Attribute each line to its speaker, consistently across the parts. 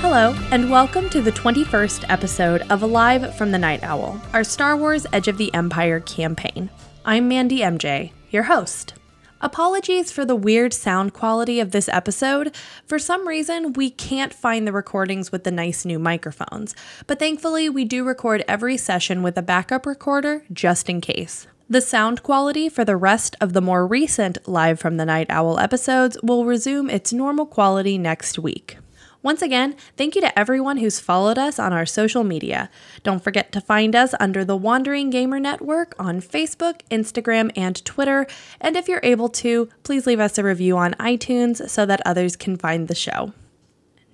Speaker 1: Hello, and welcome to the 21st episode of Alive from the Night Owl, our Star Wars Edge of the Empire campaign. I'm Mandy MJ, your host. Apologies for the weird sound quality of this episode. For some reason, we can't find the recordings with the nice new microphones, but thankfully, we do record every session with a backup recorder just in case. The sound quality for the rest of the more recent Live from the Night Owl episodes will resume its normal quality next week. Once again, thank you to everyone who's followed us on our social media. Don't forget to find us under the Wandering Gamer Network on Facebook, Instagram, and Twitter. And if you're able to, please leave us a review on iTunes so that others can find the show.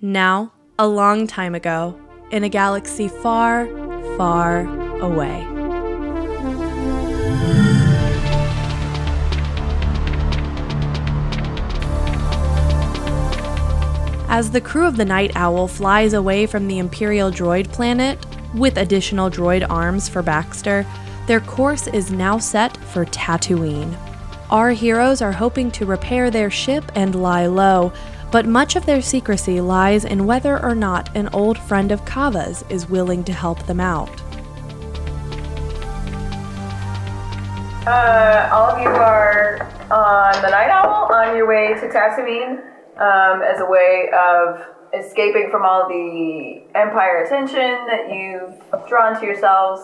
Speaker 1: Now, a long time ago, in a galaxy far, far away. As the crew of the Night Owl flies away from the Imperial droid planet, with additional droid arms for Baxter, their course is now set for Tatooine. Our heroes are hoping to repair their ship and lie low, but much of their secrecy lies in whether or not an old friend of Kava's is willing to help them out.
Speaker 2: Uh, all of you are on the Night Owl on your way to Tatooine um, as a way of escaping from all the Empire attention that you've drawn to yourselves,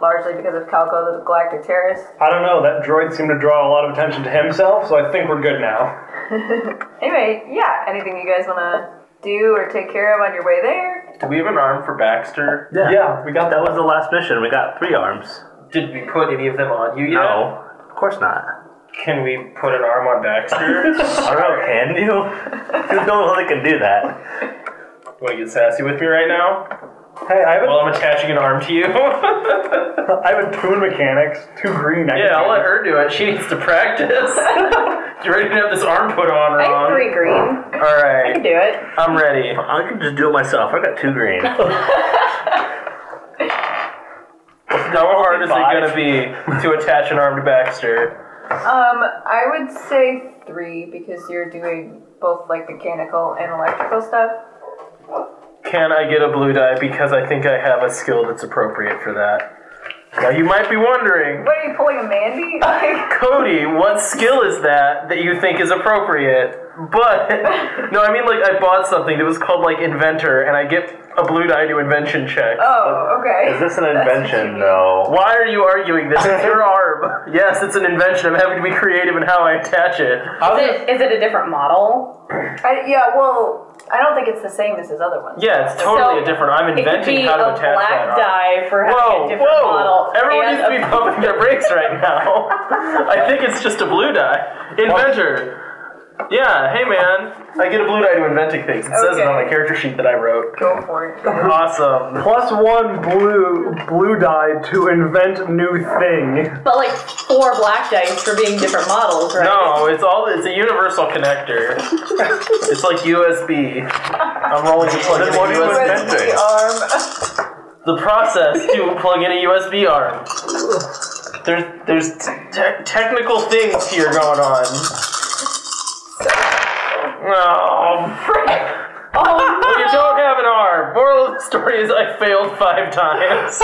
Speaker 2: largely because of Calco the Galactic Terrorist.
Speaker 3: I don't know. That droid seemed to draw a lot of attention to himself, so I think we're good now.
Speaker 2: Anyway, yeah, anything you guys want to do or take care of on your way there?
Speaker 4: Do we have an arm for Baxter?
Speaker 3: Yeah, we got
Speaker 5: That
Speaker 3: that.
Speaker 5: was the last mission. We got three arms.
Speaker 4: Did we put any of them on you yet?
Speaker 5: No, of course not.
Speaker 3: Can we put an arm on Baxter?
Speaker 5: I don't know. Can you? Who's the only one that can do that?
Speaker 4: Want to get sassy with me right now?
Speaker 3: hey, I have, a,
Speaker 4: Well, I'm attaching an arm to you. yeah,
Speaker 3: I have a tune mechanics, two green. I can
Speaker 4: I'll
Speaker 3: do
Speaker 4: let
Speaker 3: it.
Speaker 4: her do it. She needs to practice. you ready to have this arm put on
Speaker 2: I have
Speaker 4: wrong?
Speaker 2: three green.
Speaker 4: All
Speaker 2: Um, I can
Speaker 4: right,
Speaker 2: do it.
Speaker 4: I'm ready.
Speaker 5: I can just do it myself. I got two green.
Speaker 4: How hard is it
Speaker 5: Five.
Speaker 4: gonna be to attach an arm to Baxter?
Speaker 2: Um, I would say three because you're doing both like mechanical and electrical stuff.
Speaker 4: Can I get a blue die because I think I have a skill that's appropriate for that? Now you might be wondering,
Speaker 2: What are you pulling a Mandy? Like,
Speaker 4: Cody, what skill is that that you think is appropriate? But no, I mean like I bought something that was called like inventor, and I get a blue die to invention check.
Speaker 2: oh, okay.
Speaker 5: Is this an
Speaker 2: That's what you
Speaker 5: invention,
Speaker 2: mean.
Speaker 5: though?
Speaker 4: Why are you arguing this? It's your arm. Yes, it's an invention. I'm having to be creative in how I attach it.
Speaker 6: Is it, is it a different model?
Speaker 2: I, yeah, well, I don't think it's the same as his other one.
Speaker 4: Yeah, it's totally a different. I'm
Speaker 6: It could be
Speaker 4: inventing how to
Speaker 6: a
Speaker 4: attach that
Speaker 6: black
Speaker 4: arm.
Speaker 6: die for having
Speaker 4: Whoa,
Speaker 6: a different
Speaker 4: whoa!
Speaker 6: model.
Speaker 4: Everyone
Speaker 6: and
Speaker 4: needs to be
Speaker 6: a-
Speaker 4: pumping their brakes right now. I think it's just a blue die. Inventor. Yeah, hey man. I get a blue die to inventing things. It says
Speaker 2: Okay.
Speaker 4: it on a character sheet that I wrote.
Speaker 2: Go for it.
Speaker 4: Awesome.
Speaker 3: Plus one blue blue die to invent new thing.
Speaker 6: But like four black dice for being different models, right?
Speaker 4: No, it's all it's a universal connector. it's like USB. I'm rolling to plug in a
Speaker 5: Then what do you
Speaker 4: USB.
Speaker 5: invent?
Speaker 2: Press the arm.
Speaker 4: The process to plug in a USB arm. There's there's te- technical things here going on. Oh, frick.
Speaker 6: Oh,
Speaker 4: Well, you don't have an arm. Moral of the story is I failed five times.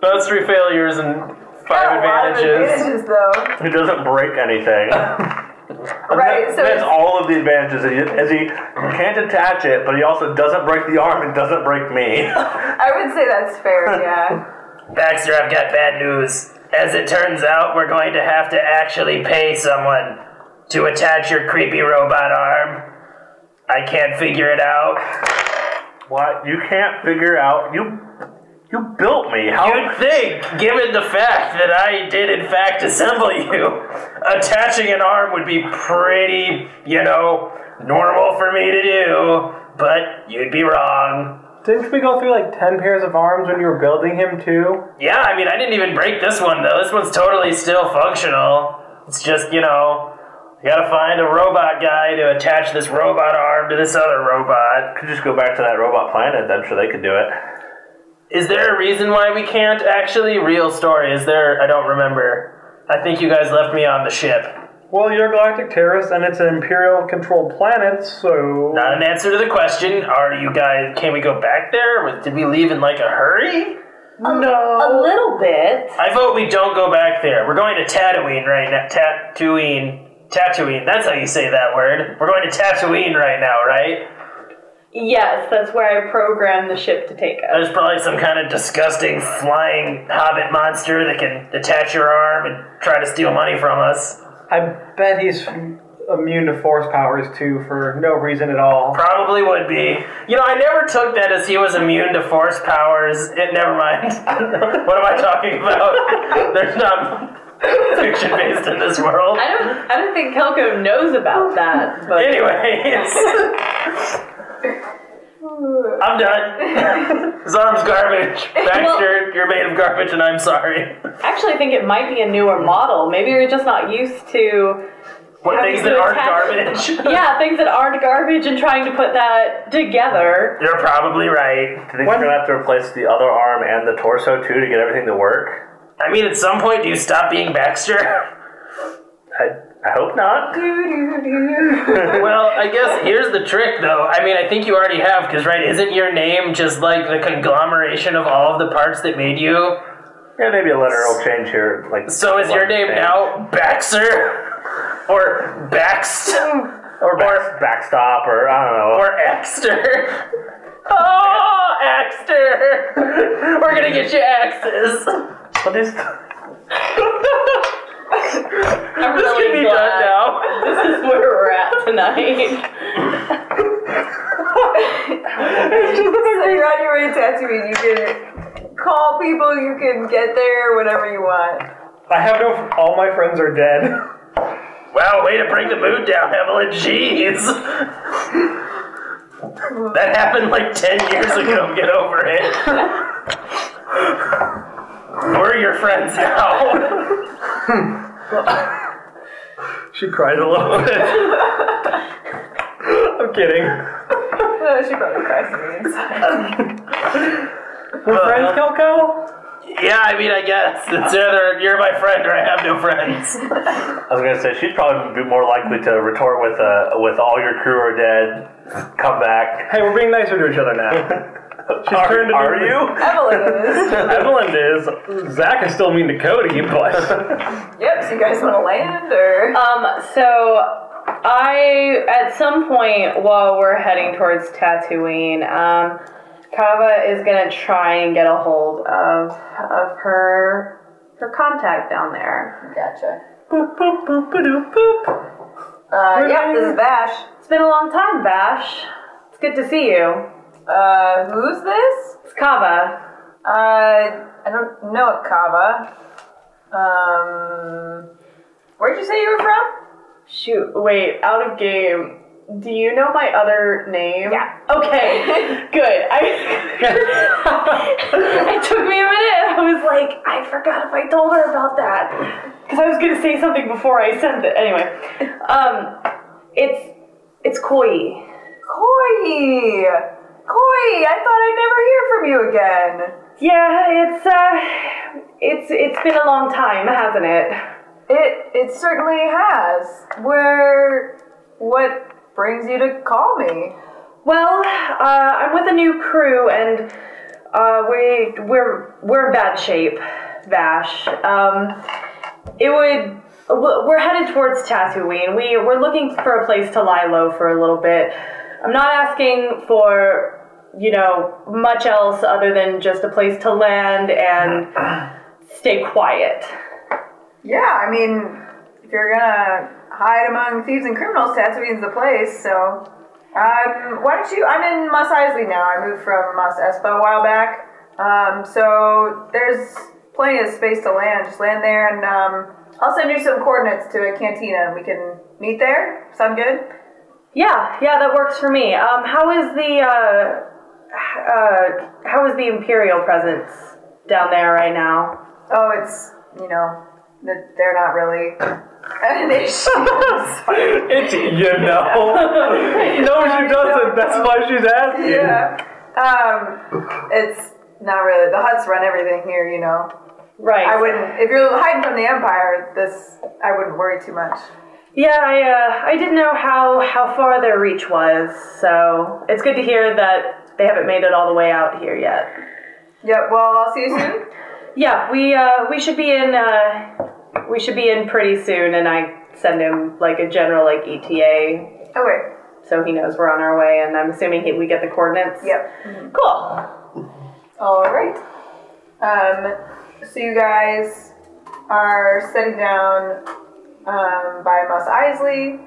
Speaker 4: Those three failures and five
Speaker 2: A lot of
Speaker 4: advantages.
Speaker 2: advantages, though.
Speaker 5: It doesn't break anything.
Speaker 2: Right, so
Speaker 5: That's
Speaker 2: it's-
Speaker 5: all of the advantages. As he, as he can't attach it, but he also doesn't break the arm and doesn't break me.
Speaker 2: I would say that's fair, yeah.
Speaker 4: Baxter, I've got bad news. As it turns out, we're going to have to actually pay someone to attach your creepy robot arm. I can't figure it out.
Speaker 5: What? You can't figure out. You you built me. How?
Speaker 4: You'd think, given the fact that I did in fact assemble you, attaching an arm would be pretty, you know, normal for me to do, but you'd be wrong.
Speaker 3: Didn't we go through like ten pairs of arms when you were building him too?
Speaker 4: Yeah, I mean, I didn't even break this one though. This one's totally still functional. It's just, you know, you gotta find a robot guy to attach this robot arm to this other robot.
Speaker 5: Could just go back to that robot planet. I'm sure they could do it.
Speaker 4: Is there a reason why we can't? Actually, real story. Is there? I don't remember. I think you guys left me on the ship.
Speaker 3: Well, you're a galactic terrorist, and it's an imperial controlled planet, so.
Speaker 4: Not an answer to the question. Are you guys? Can we go back there? Was- Did we leave in like a hurry?
Speaker 2: A little bit.
Speaker 4: I vote we don't go back there. We're going to Tatooine right now. Tatooine. Tatooine. That's how you say that word. We're going to Tatooine right now, right?
Speaker 2: Yes, that's where I programmed the ship to take us.
Speaker 4: There's probably some kind of disgusting flying hobbit monster that can attach your arm and try to steal money from us.
Speaker 3: I bet he's immune to force powers, too, for no reason at all.
Speaker 4: Probably would be. You know, I never took that as he was immune to force powers. It, never mind. what am I talking about? There's not fiction based in this world.
Speaker 2: I don't. I don't think Kelko knows about that. But
Speaker 4: Anyways. I'm done. Zarm's garbage. Baxter, you're made of garbage, and I'm sorry.
Speaker 2: actually, I think it might be a newer model. Maybe you're just not used to.
Speaker 4: What
Speaker 2: having
Speaker 4: things
Speaker 2: to
Speaker 4: that aren't
Speaker 2: attach-
Speaker 4: garbage?
Speaker 2: yeah, things that aren't garbage, and trying to put that together.
Speaker 4: You're probably right.
Speaker 5: Do you think you're gonna have to replace the other arm and the torso too to get everything to work?
Speaker 4: I mean, at some point, do you stop being Baxter?
Speaker 5: I, I hope not.
Speaker 4: Well, I guess here's the trick, though. I mean, I think you already have, because, right, isn't your name just like the conglomeration of all of the parts that made you?
Speaker 5: Yeah, maybe a letter will change here. Like
Speaker 4: So is your
Speaker 5: one
Speaker 4: name
Speaker 5: thing.
Speaker 4: now Baxter? Or Baxt?
Speaker 5: or back, backstop or I don't know.
Speaker 4: Or Axter? Oh, Axter! We're gonna get you axes!
Speaker 5: But this
Speaker 2: I'm
Speaker 4: This
Speaker 2: really
Speaker 4: can be done
Speaker 2: glad
Speaker 4: now.
Speaker 2: this is where we're at tonight.
Speaker 7: So you're on your way to Tatooine. You can call people. You can get there whenever you want.
Speaker 3: I have no. All my friends are dead.
Speaker 4: Wow, way to bring the mood down, Evelyn. Jeez! That happened like 10 years ago. Get over it. We're your friends now.
Speaker 3: She cries a little bit. I'm kidding.
Speaker 7: Uh, she probably cries to me inside.
Speaker 3: We're friends, Kelko?
Speaker 4: Yeah, I mean, I guess. It's either you're my friend or I have no friends.
Speaker 5: I was gonna say she'd probably be more likely to retort with uh, with all your crew are dead. Come back.
Speaker 3: Hey, we're being nicer to each other now. She's
Speaker 5: Are,
Speaker 3: turned into
Speaker 5: are
Speaker 3: the-
Speaker 5: you?
Speaker 7: Evelyn is.
Speaker 3: Evelyn is. Zach is still mean to Cody, but.
Speaker 7: Yep, so you guys want to land or?
Speaker 2: Um, so I at some point while we're heading towards Tatooine, um, Kava is gonna try and get a hold of of her her contact down there.
Speaker 7: Gotcha. Uh, yeah, this is Bash.
Speaker 2: It's been a long time, Bash. It's good to see you.
Speaker 7: Uh, who's this?
Speaker 2: It's Kava.
Speaker 7: Uh, I don't know a Kava. Um, where'd you say you were from?
Speaker 2: Shoot, wait, out of game. Do you know my other name?
Speaker 7: Yeah.
Speaker 2: Okay. Good. I It took me a minute. and I was like, I forgot if I told her about that because I was gonna say something before I said it. Anyway, um, it's it's Koi.
Speaker 7: Koi. Koi, I thought I'd never hear from you again.
Speaker 2: Yeah, it's uh, it's it's been a long time, hasn't it?
Speaker 7: It it certainly has. Where, what brings you to call me?
Speaker 2: Well, uh, I'm with a new crew, and uh, we we're we're in bad shape, Vash. Um, it would w- we're headed towards Tatooine. We we're looking for a place to lie low for a little bit. I'm not asking for you know much else other than just a place to land and stay quiet.
Speaker 7: Yeah, I mean, if you're gonna hide among thieves and criminals, Tatooine's the place. So, um, why don't you? I'm in Mos Eisley now. I moved from Mos Espa a while back. Um, so there's plenty of space to land. Just land there, and um, I'll send you some coordinates to a cantina, and we can meet there. Sound good?
Speaker 2: Yeah, yeah, that works for me. Um, how is the uh, h- uh, how is the Imperial presence down there right now?
Speaker 7: Oh, it's you know that they're not really an issue.
Speaker 3: it's, you know. No, she doesn't. That's why she's asking.
Speaker 7: yeah. Um, it's not really. The huts run everything here, you know.
Speaker 2: Right.
Speaker 7: I wouldn't. If you're hiding from the Empire, this I wouldn't worry too much. Yeah, I, uh, I didn't know how, how far their reach was, so it's good to hear that they haven't made it all the way out here yet.
Speaker 2: Yep. Well, I'll see you soon.
Speaker 7: Yeah, we uh, we should be in uh, we should be in pretty soon, and I send him like a general like ETA
Speaker 2: Okay.
Speaker 7: so he knows we're on our way, and I'm assuming he, we get the coordinates.
Speaker 2: Yep.
Speaker 7: Cool.
Speaker 2: Mhm. All right. Um, so you guys are sitting down um, by Moss Isley.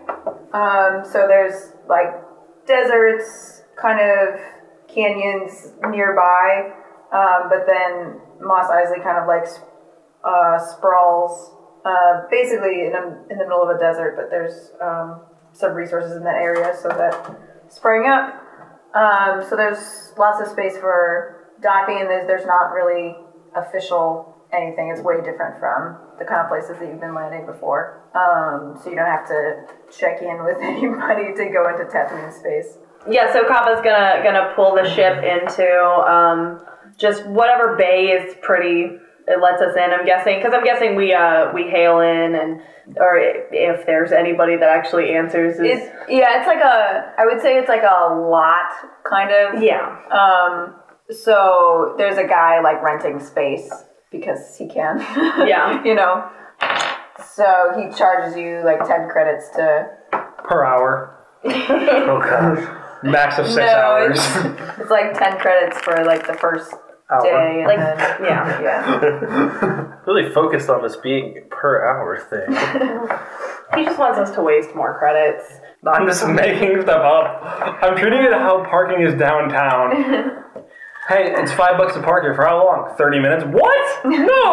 Speaker 2: Um, so there's like deserts, kind of canyons nearby, um, but then Moss Isley kind of like uh, sprawls, uh, basically in, a, in the middle of a desert. But there's um, some resources in that area, so that sprang up. Um, so there's lots of space for docking, and there's, there's not really official anything. It's way different from the kind of places that you've been landing before. Um, so you don't have to check in with anybody to go into Tatooine space.
Speaker 7: Yeah, so Kappa's gonna gonna pull the ship into um, just whatever bay is pretty. It lets us in. I'm guessing because I'm guessing we uh, we hail in and or i- if there's anybody that actually answers is
Speaker 2: It's, yeah, it's like a, I would say it's like a lot, kind of.
Speaker 7: yeah
Speaker 2: Um, so there's a guy like renting space because he can.
Speaker 7: Yeah.
Speaker 2: you know. So he charges you like ten credits to
Speaker 3: per hour.
Speaker 5: Oh gosh.
Speaker 3: Max of six
Speaker 2: No,
Speaker 3: hours.
Speaker 2: it's- It's like ten credits for like the first
Speaker 3: Hour.
Speaker 2: day, and
Speaker 7: Like-
Speaker 2: then
Speaker 7: yeah.
Speaker 2: yeah,
Speaker 4: Really focused on this being per hour thing.
Speaker 7: He just wants us to waste more credits.
Speaker 3: I'm just making stuff up. I'm treating it how parking is downtown. hey, it's five bucks to park here. For how long? Thirty minutes. What? No.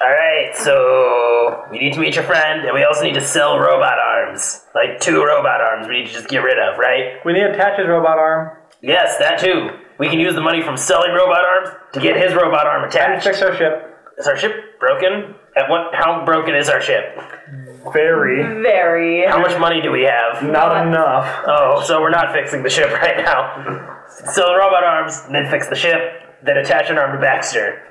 Speaker 4: Alright, so we need to meet your friend, and we also need to sell robot arms. Like two robot arms we need to just get rid of, right?
Speaker 3: we need to attach his robot arm
Speaker 4: Yes, that too. We can use the money from selling robot arms to get his robot arm
Speaker 3: and
Speaker 4: attached.
Speaker 3: fix our ship.
Speaker 4: Is our ship broken? At what? How broken is our ship?
Speaker 3: Very.
Speaker 7: Very.
Speaker 4: How much money do we have?
Speaker 3: Not enough.
Speaker 4: Oh, so we're not fixing the ship right now. So the robot arms, then fix the ship, then attach an arm to Baxter.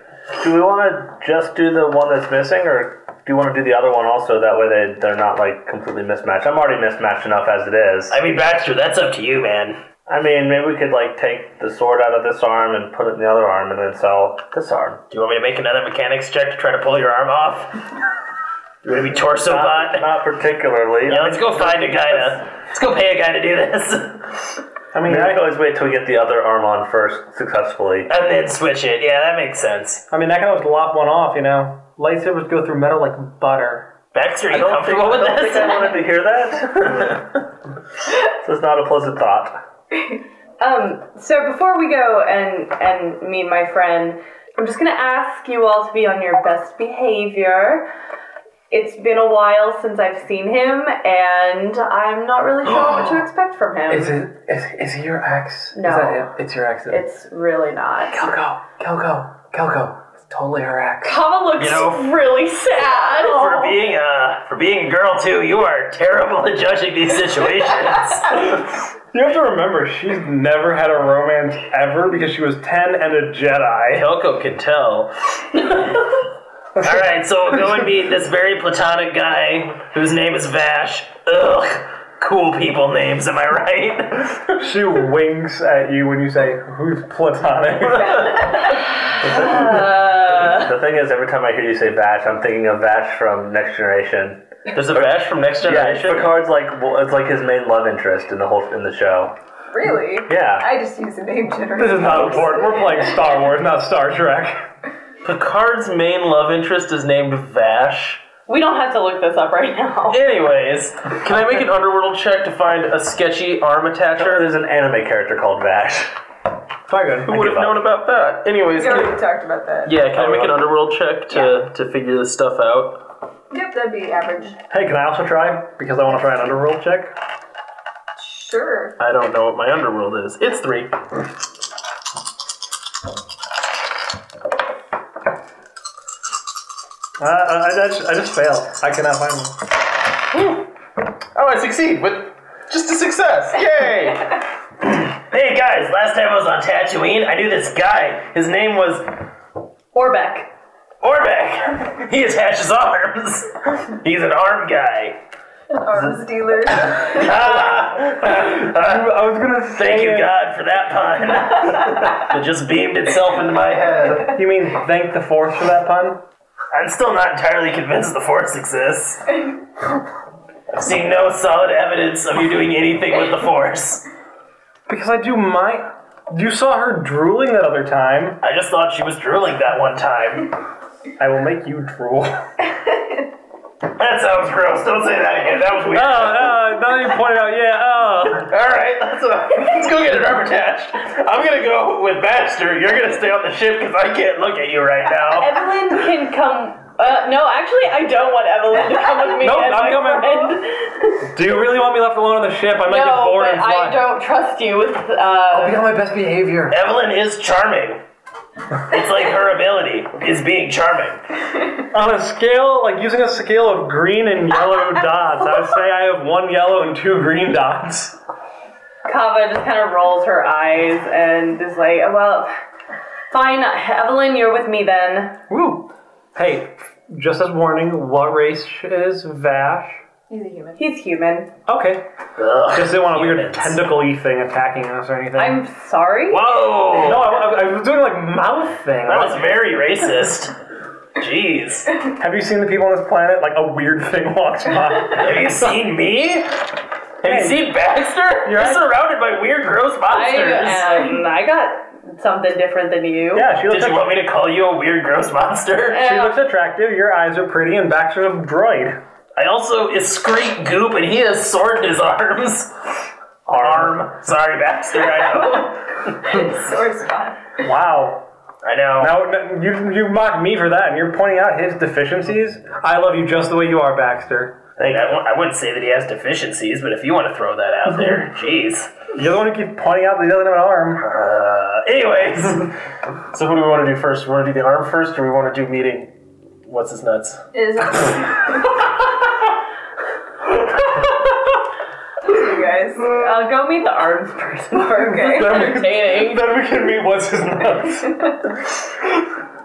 Speaker 5: Do we want to just do the one that's missing, or do you want to do the other one also? That way they, they're not like completely mismatched. I'm already mismatched enough as it is.
Speaker 4: I mean, Baxter, that's up to you, man.
Speaker 5: I mean, maybe we could like take the sword out of this arm and put it in the other arm, and then sell this arm.
Speaker 4: Do you want me to make another mechanics check to try to pull your arm off? You want to be torso
Speaker 5: Not,
Speaker 4: bot?
Speaker 5: not particularly.
Speaker 4: Yeah, let's go find a guy to. Let's go pay a guy to do this,
Speaker 5: I mean, I can always wait till we get the other arm on first successfully.
Speaker 4: and then switch it. Yeah, that makes sense.
Speaker 3: I mean, I can always lop one off. You know, lightsabers go through metal like butter.
Speaker 4: Baxter, are you
Speaker 5: don't think-
Speaker 4: comfortable with
Speaker 5: I don't
Speaker 4: this?
Speaker 5: think I wanted to hear that. so it's not a pleasant thought.
Speaker 7: Um, so before we go and and meet my friend, I'm just gonna ask you all to be on your best behavior. It's been a while since I've seen him, and I'm not really sure what to expect from him.
Speaker 3: Is it? Is, is he your ex?
Speaker 7: No.
Speaker 3: Is that it? It's your ex. It's
Speaker 7: It's really not.
Speaker 3: Kelko. Kelko. Kelko. It's totally her ex.
Speaker 7: Kava looks
Speaker 4: You know,
Speaker 7: really sad.
Speaker 4: For being a for being a girl too, you are terrible at judging these situations.
Speaker 3: You have to remember, she's never had a romance ever because she was ten and a Jedi.
Speaker 4: Helco can tell. All right, so we'll go and meet this very platonic guy whose name is Vash. Ugh, cool people names, am I right?
Speaker 3: She winks at you when you say, "Who's platonic?"
Speaker 5: The thing is, every time I hear you say Vash, I'm thinking of Vash from Next Generation.
Speaker 4: There's a Vash from Next
Speaker 5: Yeah,
Speaker 4: Generation.
Speaker 5: Picard's like well, it's like his main love interest in the whole in the show.
Speaker 2: really.
Speaker 5: Yeah.
Speaker 2: I just use the name generator.
Speaker 3: This is not important. We're playing Star Wars, not Star Trek.
Speaker 4: Picard's main love interest is named Vash.
Speaker 7: we don't have to look this up right now.
Speaker 4: Anyways, can I make an underworld check to find a sketchy arm
Speaker 5: Sure,
Speaker 4: attacher?
Speaker 5: there's an anime character called Vash.
Speaker 4: Who
Speaker 3: Fucking.
Speaker 4: would have known about that? Anyways,
Speaker 2: We
Speaker 4: can,
Speaker 2: already talked about that.
Speaker 4: yeah, can I make an underworld check to, to figure this stuff out?
Speaker 2: Yep, that'd be average.
Speaker 3: Hey, can I also try? Because I want to try an underworld check.
Speaker 2: Sure.
Speaker 4: I don't know what my underworld is. It's three.
Speaker 3: Uh, I, I, just, I just failed. I cannot find one.
Speaker 4: Oh, I succeed with just a success. Yay! hey guys, last time I was on Tatooine, I knew this guy. His name was
Speaker 7: Orbeck.
Speaker 4: Orbeck. He attaches arms. He's an arm guy.
Speaker 2: Arms dealer.
Speaker 3: I was
Speaker 8: Ah.
Speaker 3: gonna say.
Speaker 8: Thank you, God, for that pun. it just beamed itself into my head.
Speaker 3: You mean thank the force for that pun?
Speaker 8: I'm still not entirely convinced the Force exists. I've seen no solid evidence of you doing anything with the Force.
Speaker 3: Because I do my. You saw her drooling that other time.
Speaker 8: I just thought she was drooling that one time.
Speaker 3: I will make you drool. oh,
Speaker 8: That sounds gross. Don't say that again. That was weird.
Speaker 3: oh, now that you pointed out, yeah,
Speaker 8: All right, let's, uh, let's go get an armor attached. I'm gonna go with Baxter. You're gonna stay on the ship because I can't look at you right now.
Speaker 7: Evelyn can come. Uh, no, actually, I don't want Evelyn to come with me.
Speaker 3: Nope,
Speaker 7: and
Speaker 3: I'm
Speaker 7: my
Speaker 3: coming.
Speaker 7: friend.
Speaker 3: oh. Do you really want me left alone on the ship? I might get
Speaker 7: No,
Speaker 3: bored
Speaker 7: but
Speaker 3: and fly.
Speaker 7: I don't trust you with. Uh,
Speaker 3: Be on my best behavior.
Speaker 8: Evelyn is charming. It's like her ability is being charming.
Speaker 3: On a scale, like using a scale of green and yellow dots, I would say I have one yellow and two green dots.
Speaker 7: Kava just kind of rolls her eyes and is like, "Oh, well, fine, Evelyn, you're with me then.
Speaker 3: Woo! Hey, just as warning, what race is Vash?
Speaker 2: He's a human.
Speaker 7: He's human.
Speaker 3: Okay.
Speaker 8: Ugh,
Speaker 3: Just didn't want a weird
Speaker 8: humans.
Speaker 3: tentacle-y thing attacking us or anything.
Speaker 7: I'm sorry.
Speaker 8: Whoa!
Speaker 3: no, I, I- I was doing like mouth thing.
Speaker 8: That was very racist. Jeez.
Speaker 3: Have you seen the people on this planet? Like a weird thing walks by.
Speaker 8: Have you seen me? Have you seen Baxter? You're
Speaker 3: right.
Speaker 8: surrounded by weird, gross
Speaker 7: I uh,
Speaker 8: monsters.
Speaker 7: am. I got something different than you.
Speaker 3: yeah, she looks.
Speaker 8: Did you
Speaker 3: At,
Speaker 8: want me to call you a weird, gross monster?
Speaker 3: she looks attractive. Your eyes are pretty, and Baxter's a droid.
Speaker 8: I also excrete goop, and he has sword in his arms. Arm. Sorry, Baxter. I know.
Speaker 2: Sore spot.
Speaker 3: Wow.
Speaker 8: I know.
Speaker 3: Now n- you you mock me for that, and you're pointing out his deficiencies. I love you just the way you are, Baxter.
Speaker 8: I, w- I wouldn't say that he has deficiencies, but if you want to throw that out there, jeez.
Speaker 3: You're the one who keeps pointing out that he doesn't have an arm.
Speaker 8: Uh, anyways,
Speaker 4: So what do we want to do first? We want to do the arm first, or we want to do meeting? What's his nuts?
Speaker 2: Is you guys.
Speaker 7: I'll go meet the arms person first.
Speaker 2: Okay.
Speaker 7: Entertaining.
Speaker 4: Then we can meet what's his nuts.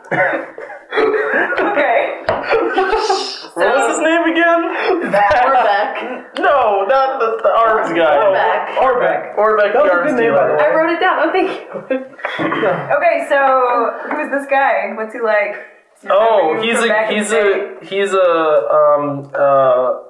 Speaker 2: Okay.
Speaker 4: what was his name again?
Speaker 7: Orbeck.
Speaker 4: No, not the, the arms guy.
Speaker 7: Orbeck.
Speaker 4: Orbeck. Orbeck, the
Speaker 3: was a
Speaker 4: arms
Speaker 3: good name, by the
Speaker 4: dealer.
Speaker 7: I wrote it down. Oh, thank you.
Speaker 2: Okay, so who's this guy? What's he like?
Speaker 4: Oh,
Speaker 2: Remember you
Speaker 4: he's
Speaker 2: from
Speaker 4: a
Speaker 2: back in
Speaker 4: he's
Speaker 2: the day?
Speaker 4: a he's a um uh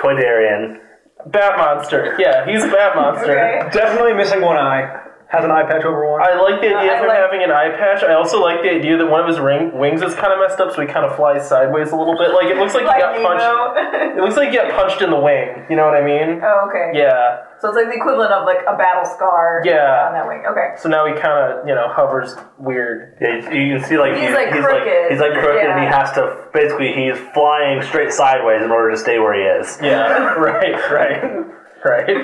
Speaker 3: Toydarian.
Speaker 4: bat monster. Yeah, he's a bat monster.
Speaker 2: Okay.
Speaker 3: Definitely missing one eye. Has an eye patch over one.
Speaker 4: I like the idea
Speaker 2: I
Speaker 4: of him
Speaker 2: like-
Speaker 4: having an eye patch. I also like the idea that one of his ring, wings is kind of messed up, so he kind of flies sideways a little bit. Like it looks like, he
Speaker 2: Like
Speaker 4: got punched.
Speaker 2: Nemo.
Speaker 4: It looks like he got punched in the wing. You know what I mean?
Speaker 2: oh, okay.
Speaker 4: Yeah.
Speaker 2: So it's like the equivalent of like a battle scar.
Speaker 4: Yeah.
Speaker 2: On that wing. Okay.
Speaker 4: So now he kind of you know hovers weird.
Speaker 5: Yeah, you- you can see like
Speaker 2: He's, like, crooked.
Speaker 5: he's like crooked, and
Speaker 2: Yeah.
Speaker 5: he has to basically he's flying straight sideways in order to stay where he is.
Speaker 4: Yeah. right. Right. Right.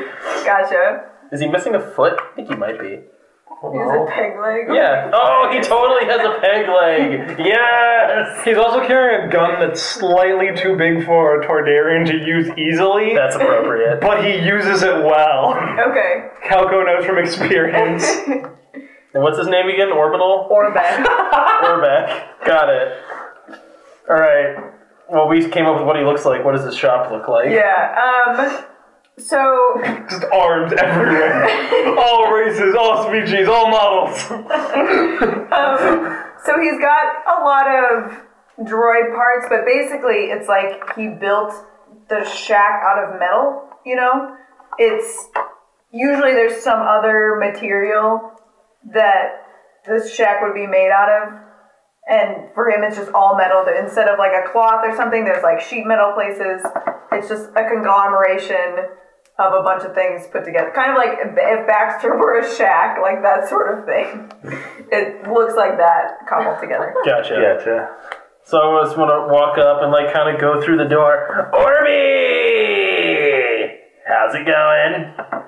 Speaker 2: Gotcha.
Speaker 4: Is he missing a foot? I think he might be.
Speaker 2: He's a peg leg.
Speaker 4: Yeah. Oh, he totally has a peg leg. Yes.
Speaker 3: He's also carrying a gun that's slightly too big for a Tordarian to use easily,
Speaker 4: That's appropriate.
Speaker 3: but he uses it well.
Speaker 2: Okay.
Speaker 3: Calco knows from experience.
Speaker 4: And what's his name again? Orbital?
Speaker 7: Orbeck.
Speaker 4: Orbeck. Got it. All right. Well, we came up with what he looks like. What does his shop look like?
Speaker 2: Yeah. Um. So
Speaker 3: Just arms everywhere. all races, all species, all models.
Speaker 2: So he's got a lot of droid parts, but basically it's like he built the shack out of metal, you know? It's usually there's some other material that this shack would be made out of. And for him it's just all metal. There- Instead of like a cloth or something, there's like sheet metal places. It's just a conglomeration of a bunch of things put together. Kind of like if- if Baxter were a shack, like that sort of thing. It looks like that cobbled together.
Speaker 4: Gotcha.
Speaker 5: Gotcha.
Speaker 4: So I just want to walk up and like kind of go through the door. Orby, how's it going?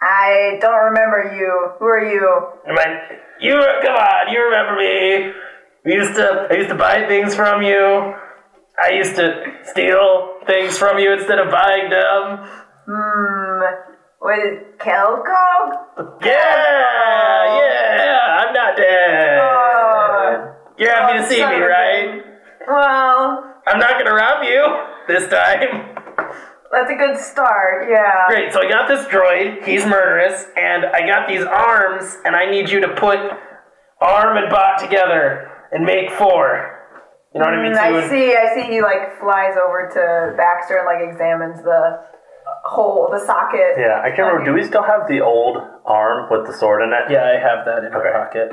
Speaker 2: I don't remember you. Who are you?
Speaker 4: Am I? You come on. You remember me? We used to. I used to buy things from you. I used to steal things from you instead of buying them.
Speaker 2: Hmm, What is Kelko?
Speaker 4: Yeah, yeah, I'm not dead.
Speaker 2: Oh,
Speaker 4: You're happy to
Speaker 2: oh,
Speaker 4: see
Speaker 2: son
Speaker 4: me,
Speaker 2: of a
Speaker 4: right?
Speaker 2: well,
Speaker 4: I'm not gonna rob you this time.
Speaker 2: That's a good start, yeah.
Speaker 4: Great, so I got this droid, he's murderous, and I got these arms, and I need you to put arm and bot together and make four. You know what I mean?
Speaker 2: Mm,
Speaker 4: So it
Speaker 2: I
Speaker 4: would-
Speaker 2: see, I see he like flies over to Baxter and like examines the hole, the socket.
Speaker 5: Yeah, I can't remember. Do we still have the old arm with the sword in it?
Speaker 4: Yeah, I have that in my
Speaker 5: Okay.
Speaker 4: pocket.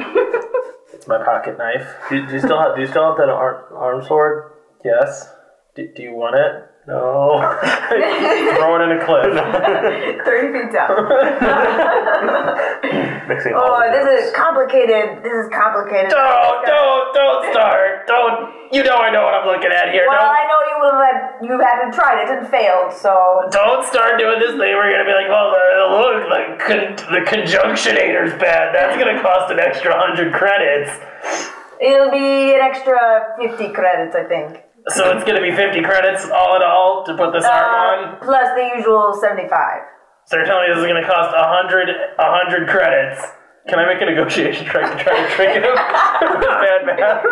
Speaker 4: it's my pocket knife.
Speaker 5: Do, do you still have? Do you still have that arm, arm sword?
Speaker 4: Yes. Do, do you want it?
Speaker 5: No.
Speaker 4: Throw it in a clip.
Speaker 2: 30 feet down.
Speaker 5: Mixing all
Speaker 2: Oh,
Speaker 5: the
Speaker 2: this is
Speaker 5: notes.
Speaker 2: complicated. This is
Speaker 4: Oh,
Speaker 2: complicated.
Speaker 4: Don't, don't, don't start. Don't. You know I know what I'm looking at here.
Speaker 2: Well,
Speaker 4: Don't,
Speaker 2: I know you would have you haven't tried it and failed, so
Speaker 4: don't start doing this thing. We're gonna be like, well, the, look, the, con- the conjunctionator's bad. That's gonna cost an extra hundred credits.
Speaker 2: it'll be an extra 50 credits, I think.
Speaker 4: So it's gonna be fifty credits all in all to put this arm
Speaker 2: Uh,
Speaker 4: on.
Speaker 2: plus the usual 75.
Speaker 4: So you're telling me this is gonna cost a hundred, a hundred credits. Can I make a negotiation check to try to trick him? Bad math.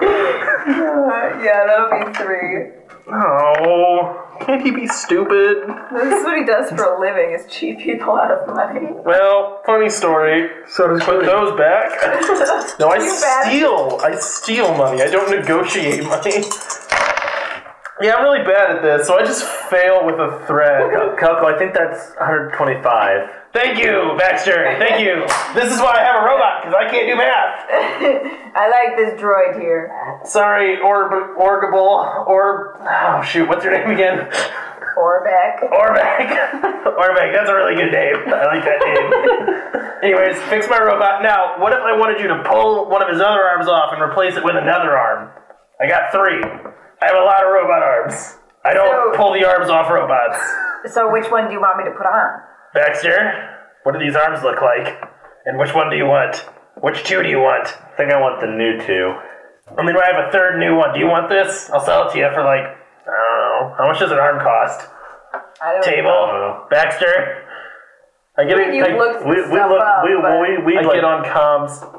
Speaker 2: Okay. yeah, that'll be three.
Speaker 4: Oh, can't he be stupid?
Speaker 2: This is what he does for a living: is cheat people out of money.
Speaker 4: Well, funny story.
Speaker 9: So does
Speaker 4: Put
Speaker 9: Cody.
Speaker 4: those back. No, I
Speaker 2: Too bad.
Speaker 4: steal. I steal money. I don't negotiate money. Yeah, I'm really bad at this, so I just fail with a thread.
Speaker 5: Calco, I think that's 125.
Speaker 4: Thank you, Baxter. Thank you. This is why I have a robot because I can't do math.
Speaker 2: I like this droid here,
Speaker 4: Sorry, Orb, Orgable, Orb. Oh shoot, what's your name again?
Speaker 2: Orbeck.
Speaker 4: Orbeck. Orbeck. That's a really good name. I like that name. Anyways, fix my robot now. What if I wanted you to pull one of his other arms off and replace it with another arm? I got three. I have a lot of robot arms. I don't
Speaker 2: So-
Speaker 4: pull the arms off robots.
Speaker 2: So, which one do you want me to put on?
Speaker 4: Baxter, what do these arms look like? And which one do you want? Which two do you want?
Speaker 5: I think I want the new two.
Speaker 4: I mean, I have a third new one. Do you want this? I'll sell it to you for like, I don't know. How much does an arm cost?
Speaker 2: I don't
Speaker 4: Table?
Speaker 5: know.
Speaker 4: Baxter? I get it.
Speaker 2: You've
Speaker 4: I-
Speaker 2: looked
Speaker 5: We, we
Speaker 2: stuff
Speaker 5: look.
Speaker 2: up,
Speaker 5: we,
Speaker 2: but
Speaker 5: we, we
Speaker 4: I
Speaker 5: like,
Speaker 4: get on comms.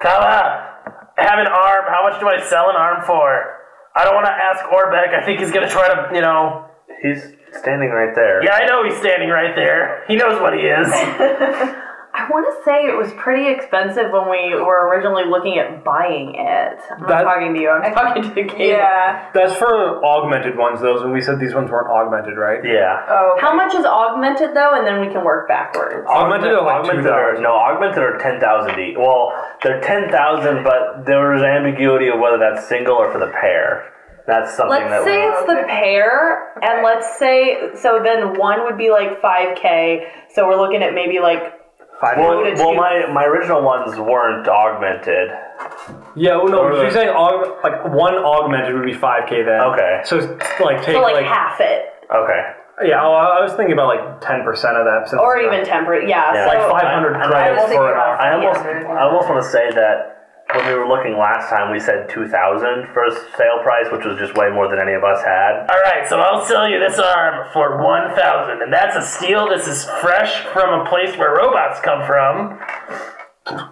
Speaker 4: Kala, I have an arm. How much do I sell an arm for? I don't want to ask Orbeck. I think he's gonna try to, you know.
Speaker 5: He's standing right there.
Speaker 4: Yeah, I know he's standing right there. He knows what he is.
Speaker 7: I want to say it was pretty expensive when we were originally looking at buying it. I'm not
Speaker 3: That-
Speaker 7: talking to you. I'm talking to the game.
Speaker 2: yeah.
Speaker 3: That's for augmented ones, those, and we said these ones weren't augmented, right?
Speaker 5: Yeah.
Speaker 2: Oh,
Speaker 7: How much is augmented though, and then we can work backwards.
Speaker 3: Augmented are like
Speaker 5: Augmented are
Speaker 3: 2,000.
Speaker 5: no augmented are ten thousand each. Well, they're ten thousand, but there was ambiguity of whether that's single or for the pair. That's something
Speaker 7: Let's
Speaker 5: that
Speaker 7: say
Speaker 5: we,
Speaker 7: it's the pair, and let's say so. Then one would be like five k. So we're looking at maybe like
Speaker 5: well,
Speaker 7: Augmented
Speaker 5: well
Speaker 7: too.
Speaker 5: my, my original ones weren't augmented.
Speaker 3: Yeah, well, no,
Speaker 5: Or
Speaker 3: if
Speaker 5: the-
Speaker 3: you're saying aug- like one augmented would be 5k then.
Speaker 5: Okay.
Speaker 3: So it's like take
Speaker 7: so like,
Speaker 3: like,
Speaker 7: half it,
Speaker 5: Okay.
Speaker 3: yeah, oh, I I was thinking about like 10% of that. Since
Speaker 7: or even temperate. Yeah.
Speaker 5: Yeah.
Speaker 7: So
Speaker 3: like 500
Speaker 5: I- I
Speaker 3: credits
Speaker 2: was thinking
Speaker 3: for an
Speaker 2: about-
Speaker 3: hour.
Speaker 5: I almost
Speaker 2: Yeah.
Speaker 5: I almost want to say that when we were looking last time, we said two thousand for a sale price, which was just way more than any of us had.
Speaker 4: All right, so I'll sell you this arm for one thousand, and that's a steal. This is fresh from a place where robots come from.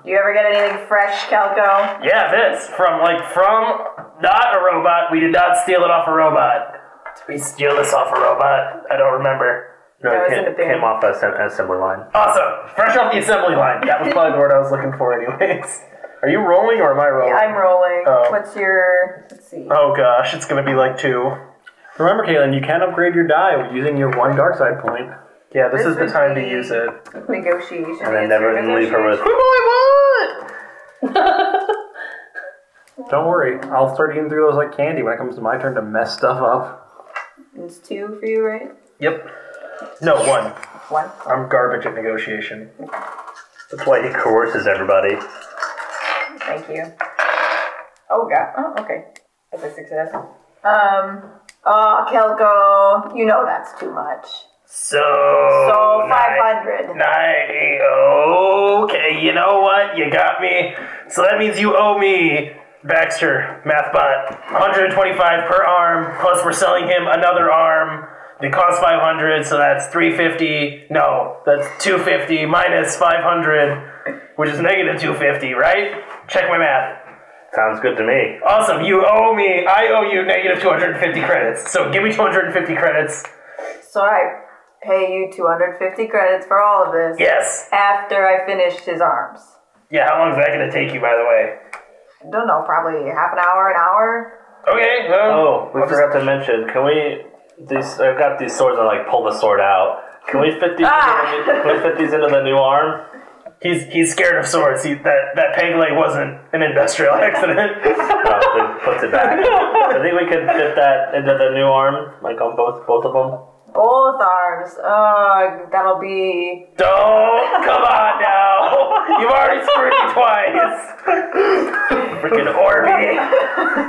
Speaker 2: you ever get anything fresh, Calco?
Speaker 4: Yeah, this from like from not a robot. We did not steal it off a robot. Did we steal this off a robot? I don't remember.
Speaker 5: No,
Speaker 2: That
Speaker 5: it
Speaker 2: was
Speaker 5: came,
Speaker 2: in the bin.
Speaker 5: came off as an assembly line.
Speaker 4: Awesome. Fresh off the assembly line. That was probably the word I was looking for, anyways. Are you rolling or am I rolling?
Speaker 2: I'm rolling.
Speaker 4: Oh.
Speaker 2: What's your? Let's see.
Speaker 4: Oh gosh, it's gonna be like two.
Speaker 3: Remember, Caitlin, you can upgrade your die using your one dark side point.
Speaker 4: Yeah, this, is the
Speaker 2: would
Speaker 4: time to
Speaker 2: be-
Speaker 4: use it.
Speaker 2: Negotiation.
Speaker 5: And then never and leave her with.
Speaker 3: Don't worry, I'll start eating through those like candy when it comes to my turn to mess stuff up.
Speaker 2: It's two for you, right?
Speaker 4: Yep. No, one.
Speaker 2: One.
Speaker 4: I'm garbage at negotiation.
Speaker 5: That's why he coerces everybody.
Speaker 2: Thank you. Oh god. Oh, okay. That's a success. Um. Oh, Kelko, you know that's too much.
Speaker 4: So.
Speaker 5: Oh,
Speaker 2: So five
Speaker 4: nice.
Speaker 2: hundred.
Speaker 4: 90. Okay, you know what? You got me. So that means you owe me, Baxter, MathBot, 125 per arm, plus we're selling him another arm. It costs 500, so that's 350. No, that's 250 minus 500, which is negative 250, right? Check my math.
Speaker 5: Sounds good to me.
Speaker 4: Awesome. You owe me. I owe you negative 250 credits. So give me 250 credits.
Speaker 2: So I pay you 250 credits for all of this
Speaker 4: Yes.
Speaker 2: after I finished his arms.
Speaker 4: Yeah, how long is that going to take you, by the way?
Speaker 2: I don't know, probably half an hour, an hour.
Speaker 4: Okay. Well,
Speaker 5: Oh, we forgot to mention. Can we? These I've got these swords. and like pull the sword out. Can we fit these?
Speaker 2: Ah.
Speaker 5: Into the, new- can we fit these into the new arm?
Speaker 4: He's he's scared of swords. He, that, that peg leg wasn't an industrial accident.
Speaker 5: No, it puts it back. I think we could fit that into the new arm, like on both both of them.
Speaker 2: Both arms. Uh, that'll be.
Speaker 4: Don't come on now. You've already screwed me twice. Freaking Orby.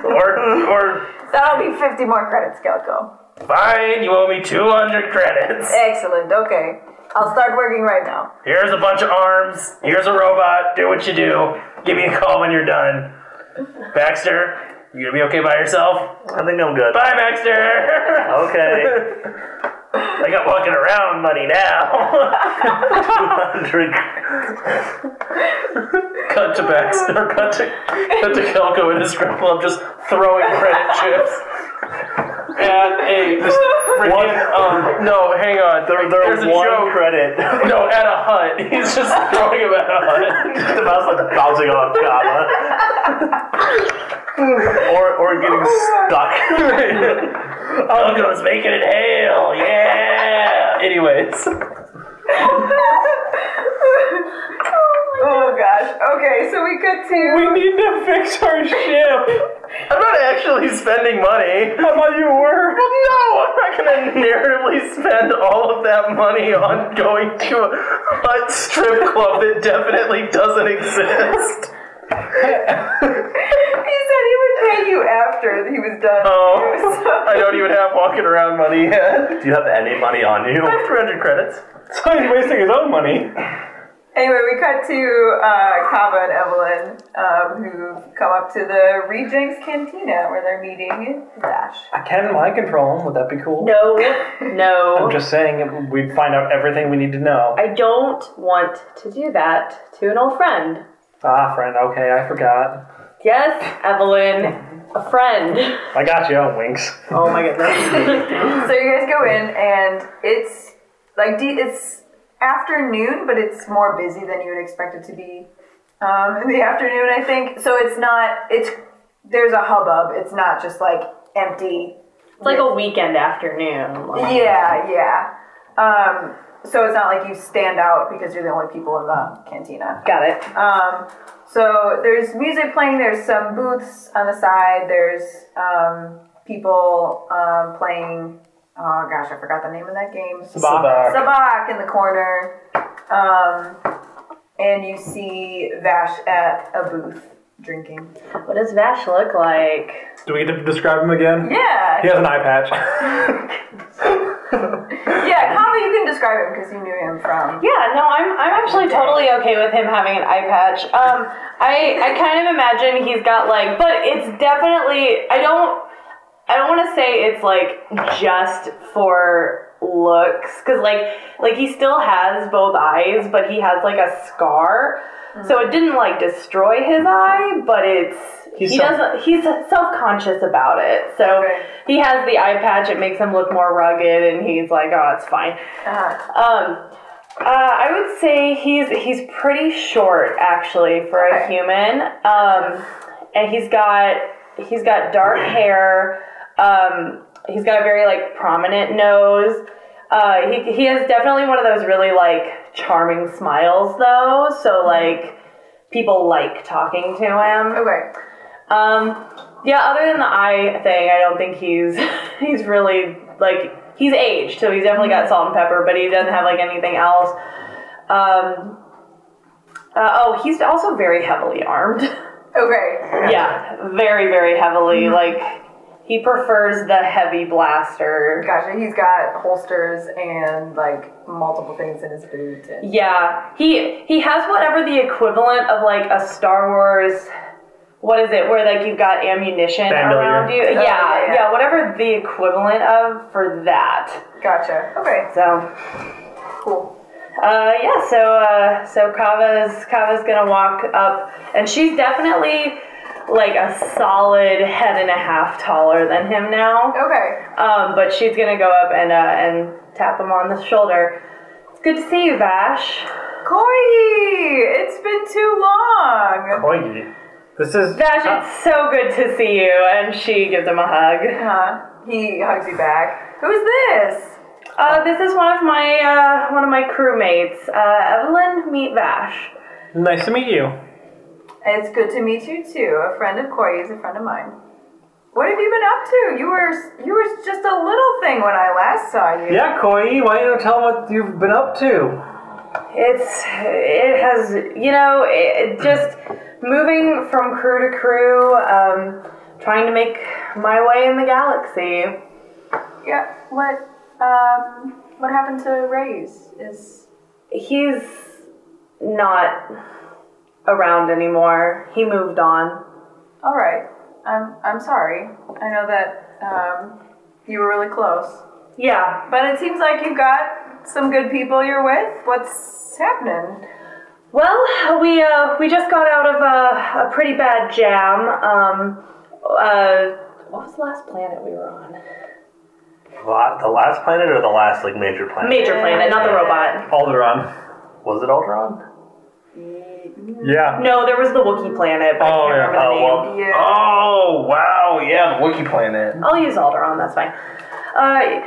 Speaker 4: Or or
Speaker 2: That'll be 50 more credits, Kelko.
Speaker 4: fine. You owe me two hundred credits.
Speaker 2: Excellent, okay. I'll start working right now.
Speaker 4: Here's a bunch of arms. Here's a robot. Do what you do. Give me a call when you're done. Baxter, you gonna be okay by yourself?
Speaker 5: I think I'm good.
Speaker 4: Bye, Baxter.
Speaker 5: Okay.
Speaker 4: I got walking around money now.
Speaker 5: Hundred.
Speaker 4: cut to Baxter. Cut to cut to Kelko and his grandpa. I'm just throwing credit chips. And a just freaking,
Speaker 5: One-
Speaker 4: um, no, hang on.
Speaker 5: There, there was
Speaker 4: There's a
Speaker 5: one
Speaker 4: joke.
Speaker 5: credit.
Speaker 4: No, at a hut. He's just throwing him at a hut.
Speaker 5: the mouse like bouncing off Java. or or getting stuck.
Speaker 4: Unco's making it hail, yeah. Anyways,
Speaker 2: Oh gosh. Okay, so we cut to.
Speaker 3: We need to fix our ship.
Speaker 4: I'm not actually spending
Speaker 3: I
Speaker 4: money.
Speaker 3: thought you were.
Speaker 4: Well, no, I'm not gonna narratively spend all of that money on going to a hut strip club that definitely doesn't exist.
Speaker 2: He said he would pay you after he was done.
Speaker 4: Oh, I don't even have walking around money yet.
Speaker 5: Do you have any money on you?
Speaker 4: I have 300 credits.
Speaker 3: So he's wasting his own money.
Speaker 2: Anyway, we cut to uh, Kava and Evelyn, um, who come up to the Rejinx Cantina where they're meeting Dash.
Speaker 3: I can mind control him. Would that be cool?
Speaker 7: No,
Speaker 3: I'm
Speaker 7: no.
Speaker 3: just saying we'd find out everything we need to know.
Speaker 7: I don't want to do that to an old friend.
Speaker 3: Ah, friend. Okay, I forgot.
Speaker 7: Yes, Evelyn, a friend.
Speaker 3: I got you. Winks.
Speaker 7: Oh my goodness.
Speaker 2: So you guys go in, and it's like de- it's afternoon, but it's more busy than you would expect it to be um, in the afternoon. I think so. It's not. It's there's a hubbub. It's not just like empty
Speaker 7: It's like a weekend afternoon. Like,
Speaker 2: Yeah, yeah. Um, so it's not like you stand out because you're the only people in the cantina.
Speaker 7: Got it.
Speaker 2: Um, so there's music playing. There's some booths on the side. There's um, people um, playing. Oh gosh, I forgot the name of that game.
Speaker 3: Sabak.
Speaker 2: Sabak in the corner. Um, and you see Vash at a booth drinking.
Speaker 7: What does Vash look like?
Speaker 3: Do we get to describe him again?
Speaker 2: Yeah,
Speaker 3: He
Speaker 2: yeah.
Speaker 3: has an eye patch.
Speaker 2: Kava, you can describe him because you knew him from.
Speaker 7: Yeah, no, I'm, I'm actually totally okay with him having an eye patch. Um, I, I kind of imagine he's got like, but it's definitely, I don't, I don't want to say it's like just for looks, cause like, like he still has both eyes, but he has like a scar. So it didn't like destroy his eye, but it's
Speaker 3: He's
Speaker 7: he
Speaker 3: self-
Speaker 7: doesn't he's self conscious about it. So
Speaker 2: Okay.
Speaker 7: he has the eye patch; it makes him look more rugged, and he's like, "Oh, it's fine."
Speaker 2: Uh,
Speaker 7: Um, uh, I would say he's he's pretty short actually for a
Speaker 2: Okay.
Speaker 7: human. Um, and he's got he's got dark hair. Um, he's got a very like prominent nose. Uh, he he has definitely one of those really like charming smiles though.
Speaker 2: Mm-hmm.
Speaker 7: So like people like talking to him.
Speaker 2: okay.
Speaker 7: Um, yeah. Other than the eye thing, I don't think he's he's really like he's aged, so he's definitely got salt and pepper, but he doesn't have like anything else. Um, uh, oh, he's also very heavily armed.
Speaker 2: Okay.
Speaker 7: yeah, very very heavily. Like he prefers the heavy blaster.
Speaker 2: Gotcha. He's got holsters and like multiple things in his boot. And,
Speaker 7: Yeah, he he has whatever the equivalent of like a Star Wars. What is it? Where like you've got ammunition
Speaker 3: Bandolier.
Speaker 7: around you? Yeah,
Speaker 2: yeah, yeah.
Speaker 7: yeah, Whatever the equivalent of for that.
Speaker 2: gotcha. Okay.
Speaker 7: So.
Speaker 2: Cool.
Speaker 7: Uh, yeah, so uh, so Kava's Kava's gonna walk up, and she's definitely like a solid head and a half taller than him now.
Speaker 2: Okay.
Speaker 7: Um, but she's gonna go up and uh, and tap him on the shoulder. It's good to see you, Vash.
Speaker 2: Corey, it's been too long.
Speaker 3: Oinky. This is.
Speaker 7: Vash, it's so good to see you. And she gives him a hug.
Speaker 2: Huh? Uh-huh. He hugs you back. Who's this?
Speaker 7: Uh, this is one of my uh, one of my crewmates, uh, Evelyn. Meet Vash.
Speaker 3: nice to meet you.
Speaker 2: It's good to meet you too. A friend of Corey's, a friend of mine. What have you been up to? You were you were just a little thing when I last saw you.
Speaker 3: Yeah, Koi, why don't you tell them what you've been up to?
Speaker 7: It's it has you know it, it just moving from crew to crew, um, trying to make my way in the galaxy.
Speaker 2: Yeah. What um what happened to Ray's? Is
Speaker 7: He's not around anymore. He moved on.
Speaker 2: all right. I'm I'm sorry. I know that um you were really close,
Speaker 7: Yeah.
Speaker 2: but it seems like you've got some good people you're with. What's happening?
Speaker 7: Well, we uh, we just got out of a, a pretty bad jam. Um, uh, what was the last planet we were on?
Speaker 5: La- The last planet or the last like major planet?
Speaker 7: Major planet, not the robot.
Speaker 3: Alderaan.
Speaker 5: Was it Alderaan?
Speaker 3: Yeah.
Speaker 7: No, there was the Wookiee planet. But
Speaker 3: Oh,
Speaker 7: I can't
Speaker 3: yeah.
Speaker 7: remember the
Speaker 5: Oh, well,
Speaker 7: name.
Speaker 2: Yeah.
Speaker 4: Oh, wow, yeah, the Wookiee planet.
Speaker 7: I'll use Alderon. That's fine. Uh,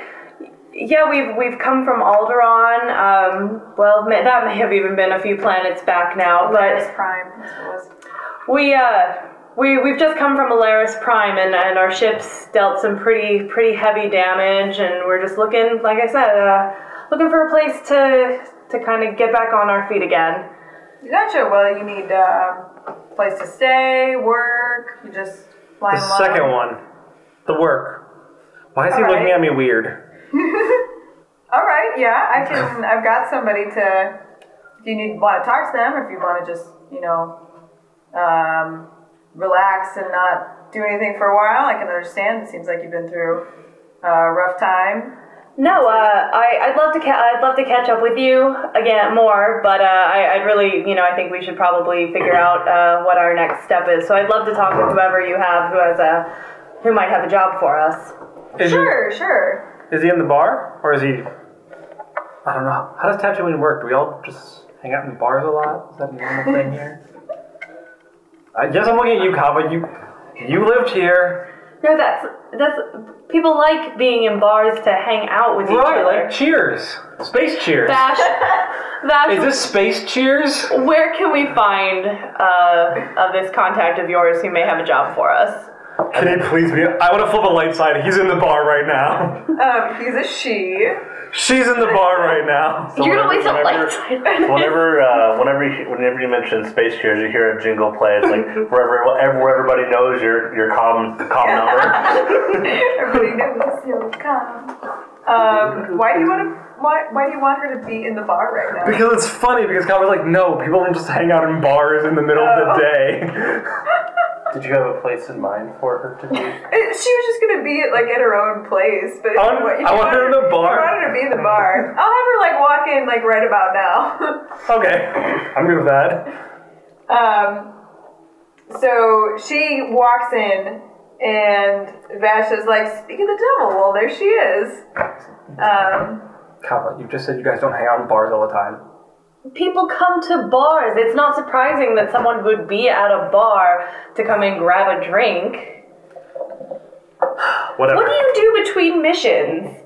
Speaker 7: yeah, we've we've come from Alderon. Um, well, ma- that may have even been a few planets back now,
Speaker 2: Alaris
Speaker 7: but
Speaker 2: Prime. That's what it was.
Speaker 7: we uh, we we've just come from Alaris Prime, and, and our ships dealt some pretty pretty heavy damage, and we're just looking, like I said, uh, looking for a place to to kind of get back on our feet again.
Speaker 2: Gotcha. Well, you need um, place to stay, work. You just fly
Speaker 3: The
Speaker 2: low.
Speaker 3: second one. The work. Why is he
Speaker 2: All
Speaker 3: looking
Speaker 2: right.
Speaker 3: at me weird?
Speaker 2: All right. Yeah, I can. I've got somebody to. If you need want to talk to them, if you want to just you know, um, relax and not do anything for a while, I can understand. It seems like you've been through a rough time.
Speaker 7: No, uh, I, I'd love to ca- I'd love to catch up with you again more, but uh, I, I'd really you know I think we should probably figure out uh, what our next step is. So I'd love to talk with whoever you have who has a who might have a job for us.
Speaker 3: Is
Speaker 2: Sure, sure.
Speaker 3: He, is he in the bar? Or is he. I don't know. How does tattooing work? Do we all just hang out in bars a lot? Is that a normal thing here? I guess I'm looking at you, Kava. You, you lived here.
Speaker 7: No, that's that's people like being in bars to hang out with each
Speaker 3: Right,
Speaker 7: other.
Speaker 3: like cheers. Space cheers.
Speaker 7: Vash, Vash,
Speaker 3: Is this space cheers?
Speaker 7: where can we find uh, of this contact of yours who may have a job for us?
Speaker 3: Can it please be? I want to flip a light side. He's in the bar right now.
Speaker 2: Um, he's a she.
Speaker 3: She's in the bar right now.
Speaker 5: So
Speaker 7: You're
Speaker 5: whenever-
Speaker 7: gonna wait till
Speaker 5: whenever-
Speaker 7: late.
Speaker 5: Whenever, uh, whenever, you, whenever you mention space cheers, you hear a jingle play. It's like wherever, wherever everybody knows your your com com number.
Speaker 2: Everybody knows he'll come. Um, why do you want to? Why, why do you want her to be in the bar right now?
Speaker 3: Because it's funny because Kyle was like, no, people don't just hang out in bars in the middle of the day.
Speaker 5: Did you have a place in mind for her to be?
Speaker 2: It, Uh, she was just gonna be at, like at her own place, but if
Speaker 3: I
Speaker 2: you
Speaker 3: want-
Speaker 2: want- if
Speaker 3: I
Speaker 2: you
Speaker 3: want her in the
Speaker 2: if
Speaker 3: bar.
Speaker 2: You want her to be in the bar. I'll have her like walk in like right about now.
Speaker 3: Okay, I'm good with that.
Speaker 2: um, so she walks in, and Vash is like, "Speak of the devil." Well, there she is. Um,
Speaker 3: Kava, you just said you guys don't hang out in bars all the time.
Speaker 7: People come to bars. It's not surprising that someone would be at a bar to come and grab a drink.
Speaker 3: Whatever.
Speaker 7: What do you do between missions?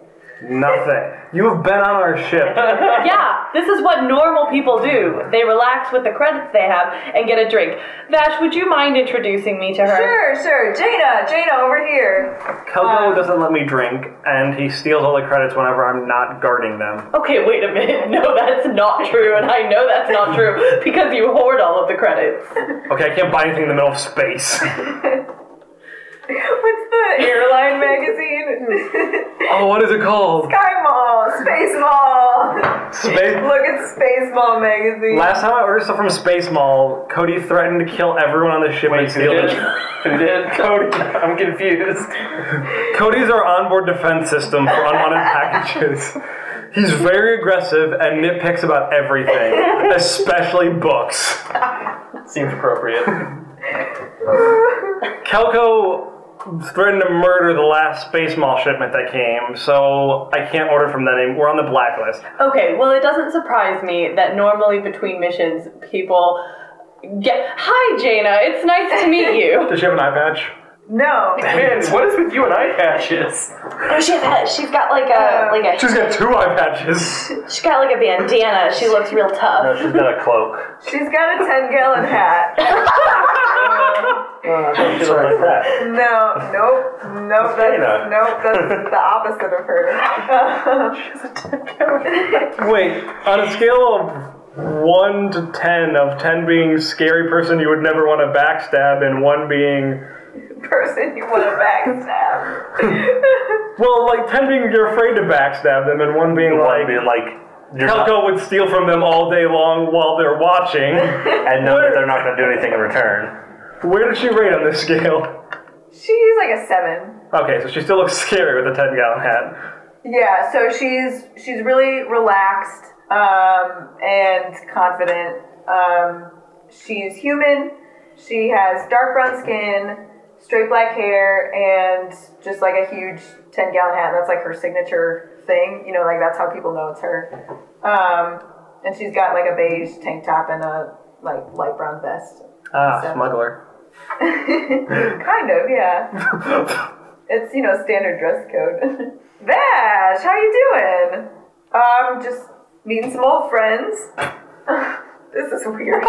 Speaker 3: Nothing. You Uh. have been on our ship.
Speaker 7: Yeah, this is what normal people do. They relax with the credits they have and get a drink. Vash, would you mind introducing me to her?
Speaker 2: sure, sure. Jaina, Jaina, over here.
Speaker 3: Kelgo doesn't let me drink, and he steals all the credits whenever I'm not guarding them.
Speaker 7: Okay, wait a minute. No, that's not true, and I know that's not true because you hoard all of the credits.
Speaker 3: Okay, I can't buy anything in the middle of space.
Speaker 2: What's the airline magazine?
Speaker 3: oh, what is it called?
Speaker 2: Sky Mall, Space Mall.
Speaker 3: Space.
Speaker 2: Look at Space Mall magazine.
Speaker 3: Last time I ordered stuff from Space Mall, Cody threatened to kill everyone on the ship and
Speaker 4: Who
Speaker 3: steal
Speaker 4: did?
Speaker 3: it.
Speaker 4: Who did? Cody. I'm confused.
Speaker 3: Cody's our onboard defense system for unwanted packages. He's very aggressive and nitpicks about everything, especially books.
Speaker 4: Seems appropriate.
Speaker 3: Kelko threatened to murder the last space mall shipment that came, so I can't order from them anymore. We're on the blacklist.
Speaker 7: Okay, well, it doesn't surprise me that normally between missions, people get. Hi, Jaina. It's nice to meet you.
Speaker 3: Does she have an eye patch?
Speaker 2: No.
Speaker 4: Man, what is with you and eye patches?
Speaker 7: no, she has, she's got like a
Speaker 2: Oh,
Speaker 7: like a
Speaker 3: She's got two eye patches.
Speaker 7: she's got like a bandana. She looks real tough.
Speaker 5: No, she's got a cloak.
Speaker 2: She's got a 10 gallon hat.
Speaker 5: She looks like that.
Speaker 2: No, nope, nope, that's,
Speaker 5: Dana.
Speaker 2: nope, that's the opposite of her.
Speaker 3: Wait, on a scale of one to ten, of ten being scary person you would never want to backstab, and one being
Speaker 2: Person you want to backstab.
Speaker 3: well, like ten being you're afraid to backstab them, and one being
Speaker 5: One
Speaker 3: like
Speaker 5: being like, you're not,
Speaker 3: Kelko would steal from them all day long while they're watching.
Speaker 5: and know that they're not going to do anything in return.
Speaker 3: Where did she rate on this scale?
Speaker 2: She's like a seven.
Speaker 3: Okay, so she still looks scary with a ten gallon hat.
Speaker 2: Yeah, so she's she's really relaxed um, and confident. Um, she's human. She has dark brown skin, straight black hair, and just like a huge ten gallon hat. That's like her signature thing. You know, like that's how people know it's her. Um, and she's got like a beige tank top and a like light brown vest.
Speaker 3: Ah,
Speaker 2: So-
Speaker 3: smuggler.
Speaker 2: Kind of, yeah. it's you know standard dress code. Vash, how you doing? Um, just meeting some old friends. this is weird. God,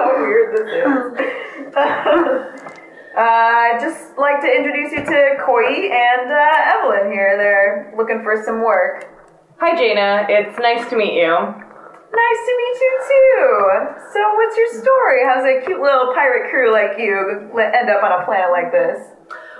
Speaker 2: how weird this is. Uh, I'd just like to introduce you to Koi and uh, Evelyn here. They're looking for some work.
Speaker 7: Hi, Jaina. It's nice to meet you.
Speaker 2: Nice to meet you too. So, what's your story? How's a cute little pirate crew like you end up on a planet like this?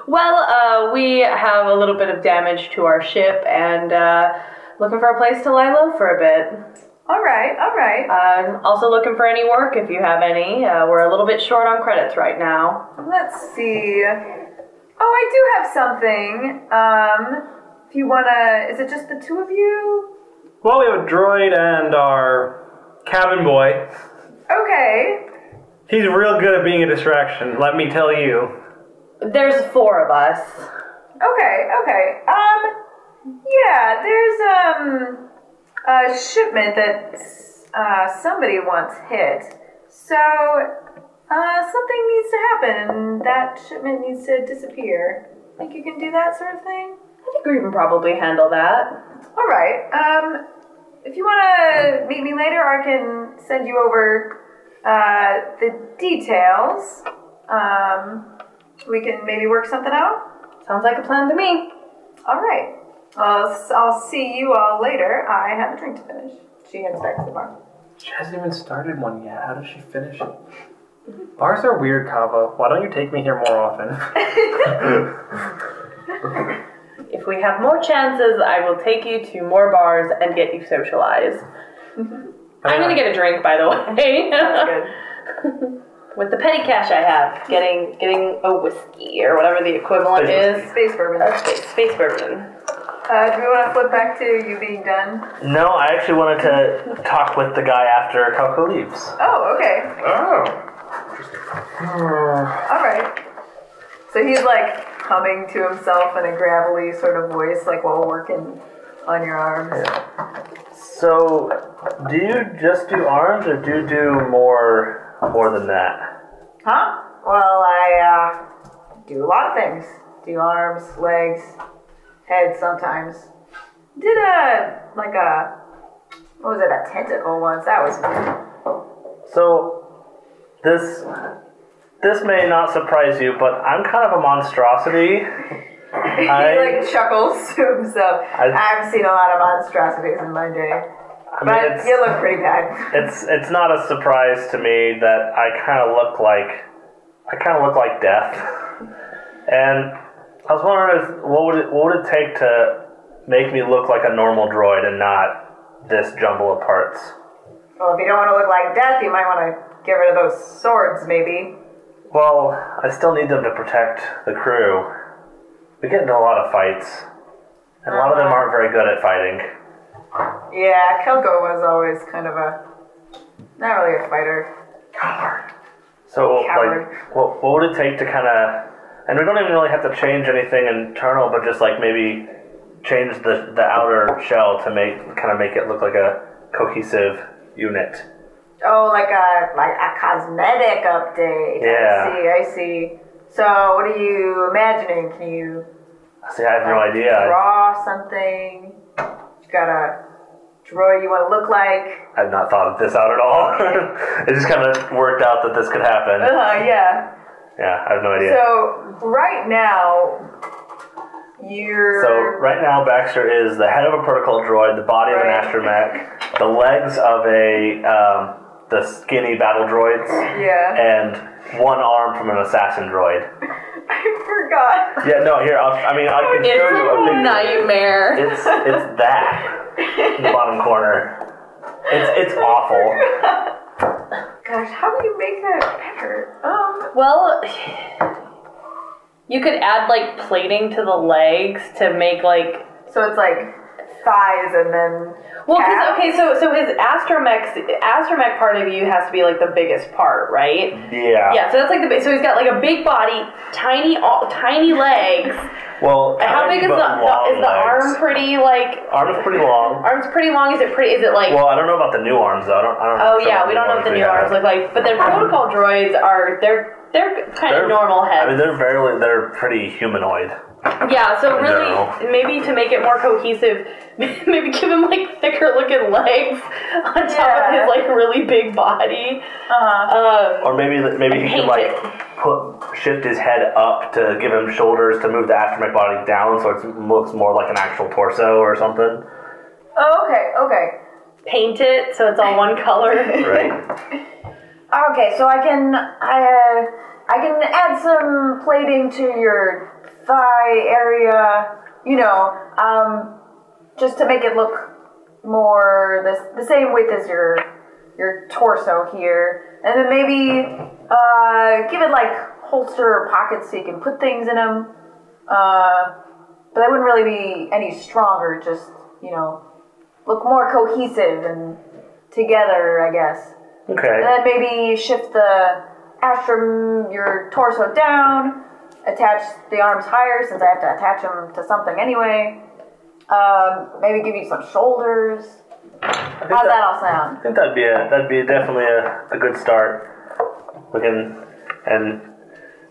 Speaker 7: Well, uh, we have a little bit of damage to our ship and uh, looking for a place to lie low for a bit.
Speaker 2: All right, all right.
Speaker 7: Uh, also looking for any work if you have any. Uh, we're a little bit short on credits right now.
Speaker 2: Let's see. Oh, I do have something. Um, if you wanna, is it just the two of you?
Speaker 3: Well, we have a droid and our cabin boy.
Speaker 2: Okay.
Speaker 3: He's real good at being a distraction, let me tell you.
Speaker 7: There's four of us.
Speaker 2: Okay, okay. Um, yeah, there's um a shipment that uh, somebody wants hit. So, uh, something needs to happen, and that shipment needs to disappear. Think you can do that sort of thing?
Speaker 7: I think we can probably handle that.
Speaker 2: All right. Um, if you want to meet me later, I can send you over uh, the details. Um, we can maybe work something out.
Speaker 7: Sounds like a plan to me.
Speaker 2: All right. I'll, s- I'll see you all later. I have a drink to finish. She heads back to the bar.
Speaker 3: She hasn't even started one yet. How does she finish it? Bars are weird, Kava. Why don't you take me here more often?
Speaker 7: If we have more chances, I will take you to more bars and get you socialized. I'm gonna get a drink, by the way.
Speaker 2: Good.
Speaker 7: With the petty cash I have, getting getting a whiskey or whatever the equivalent is.
Speaker 2: Space bourbon.
Speaker 7: Uh, space, space bourbon.
Speaker 2: Uh, do we want to flip back to you being done?
Speaker 5: No, I actually wanted to talk with the guy after Kalko leaves.
Speaker 2: Oh, okay.
Speaker 4: Oh.
Speaker 2: All right. So he's like humming to himself in a gravelly sort of voice, like while working on your arms.
Speaker 5: So, do you just do arms, or do you do more more than that?
Speaker 2: Huh? Well, I uh, do a lot of things. Do arms, legs, head sometimes. Did a like a what was it? A tentacle once. That was weird.
Speaker 5: So, this this may not surprise you, but I'm kind of a monstrosity.
Speaker 2: he
Speaker 5: I,
Speaker 2: like chuckles to himself.
Speaker 5: I-
Speaker 2: I've seen a lot of monstrosities in my day,
Speaker 5: I mean,
Speaker 2: but
Speaker 5: it's,
Speaker 2: you look pretty bad.
Speaker 5: it's it's not a surprise to me that I kind of look like I kind of look like death. And I was wondering if, what would it, what would it take to make me look like a normal droid and not this jumble of parts.
Speaker 2: Well, if you don't want to look like death, you might want to get rid of those swords, maybe.
Speaker 5: Well, I still need them to protect the crew. We get into a lot of fights, and a lot of them aren't very good at fighting.
Speaker 2: Yeah, Kelko was always kind of a not really a fighter.
Speaker 5: So,
Speaker 7: Coward.
Speaker 5: like, what, what would it take to kind of, and we don't even really have to change anything internal, but just like maybe change the, the outer shell to make kind of make it look like a cohesive unit.
Speaker 2: Oh, like a like a cosmetic update. I
Speaker 5: Yeah.
Speaker 2: see. I see. So, what are you imagining? Can you
Speaker 5: See, I have no
Speaker 2: like,
Speaker 5: idea.
Speaker 2: draw something? You got a droid you want to look like?
Speaker 5: I've not thought of this out at all. it just kind of worked out that this could happen.
Speaker 2: Uh, yeah.
Speaker 5: Yeah, I have no idea.
Speaker 2: So right now, you're
Speaker 5: So, right now, Baxter is the head of a protocol droid, the body of an
Speaker 2: Right.
Speaker 5: astromech, the legs of a, um, the skinny battle droids.
Speaker 2: yeah.
Speaker 5: and one arm from an assassin droid.
Speaker 2: I forgot.
Speaker 5: Yeah, no, here, I'll, I mean, I can show you a picture.
Speaker 1: Nightmare.
Speaker 5: It's, it's that in the bottom corner. It's, it's awful.
Speaker 2: Gosh, how do you make that better? Um,
Speaker 7: Well, you could add like plating to the legs to make like.
Speaker 2: so it's like thighs and then
Speaker 7: Well, 'cause-
Speaker 2: calves?
Speaker 7: okay, so so his astromech astromech part of you has to be like the biggest part, right?
Speaker 5: Yeah.
Speaker 7: Yeah, so that's like the big. So he's got like a big body, tiny, all, tiny legs.
Speaker 5: Well,
Speaker 7: How
Speaker 5: tiny
Speaker 7: big is the,
Speaker 5: but long
Speaker 7: the is the arm?
Speaker 5: legs.
Speaker 7: Pretty like
Speaker 5: Arm is pretty long.
Speaker 7: arms pretty long. Is it pretty? Is it like?
Speaker 5: Well, I don't know about the new arms, though. I don't, I don't
Speaker 7: oh
Speaker 5: know
Speaker 7: yeah, we don't know what the new arms look like, but the protocol droids are they're they're kind
Speaker 5: They're
Speaker 7: of normal
Speaker 5: I mean,
Speaker 7: heads.
Speaker 5: they're very, they're pretty humanoid.
Speaker 7: yeah, so really
Speaker 5: general.
Speaker 7: maybe to make it more cohesive, maybe give him like thicker looking legs on top of
Speaker 2: Yeah.
Speaker 7: his like really big body.
Speaker 2: Uh-huh.
Speaker 7: Um,
Speaker 5: Or maybe, maybe he could
Speaker 7: Paint
Speaker 5: like
Speaker 7: it.
Speaker 5: put shift his head up to give him shoulders to move the astromech body down, so it looks more like an actual torso or something.
Speaker 2: Oh, okay, okay.
Speaker 7: paint it so it's all one color.
Speaker 5: Right.
Speaker 2: Okay, so I can I uh, I can add some plating to your thigh area, you know, um, just to make it look more the, the same width as your your torso here, and then maybe uh, give it like holster pockets so you can put things in them. Uh, but they wouldn't really be any stronger. Just you know, look more cohesive and together, I guess.
Speaker 5: Okay.
Speaker 2: And then maybe shift the astrum, your torso down, attach the arms higher since I have to attach them to something anyway. Um, maybe give you some shoulders. How's that all
Speaker 5: I
Speaker 2: sound?
Speaker 5: think that'd be a that'd be definitely a, a good start. We can and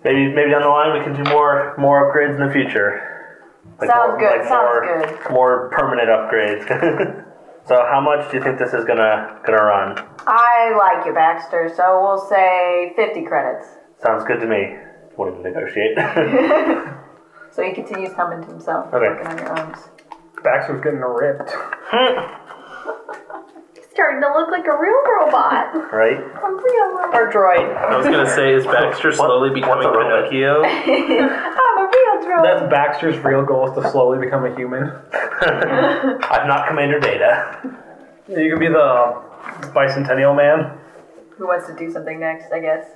Speaker 5: maybe maybe down the line we can do more more upgrades in the future. Like
Speaker 2: Sounds
Speaker 5: more,
Speaker 2: good,
Speaker 5: Like
Speaker 2: sounds
Speaker 5: more,
Speaker 2: good.
Speaker 5: More permanent upgrades. so how much do you think this is gonna gonna run?
Speaker 2: I like you, Baxter, so we'll say 50 credits.
Speaker 5: Sounds good to me. Wouldn't negotiate.
Speaker 2: So he continues humming to himself,
Speaker 5: Okay.
Speaker 2: working on your arms.
Speaker 9: Baxter's getting ripped.
Speaker 7: Starting to look like a real robot.
Speaker 5: right?
Speaker 7: or droid.
Speaker 4: I was gonna say, is Baxter slowly
Speaker 5: what's
Speaker 4: becoming
Speaker 5: a robot?
Speaker 4: Pinocchio?
Speaker 2: I'm a real drone.
Speaker 3: That's Baxter's real goal is to slowly become a human.
Speaker 5: I'm not Commander Data.
Speaker 3: You could be the bicentennial man.
Speaker 2: Who wants to do something next, I guess?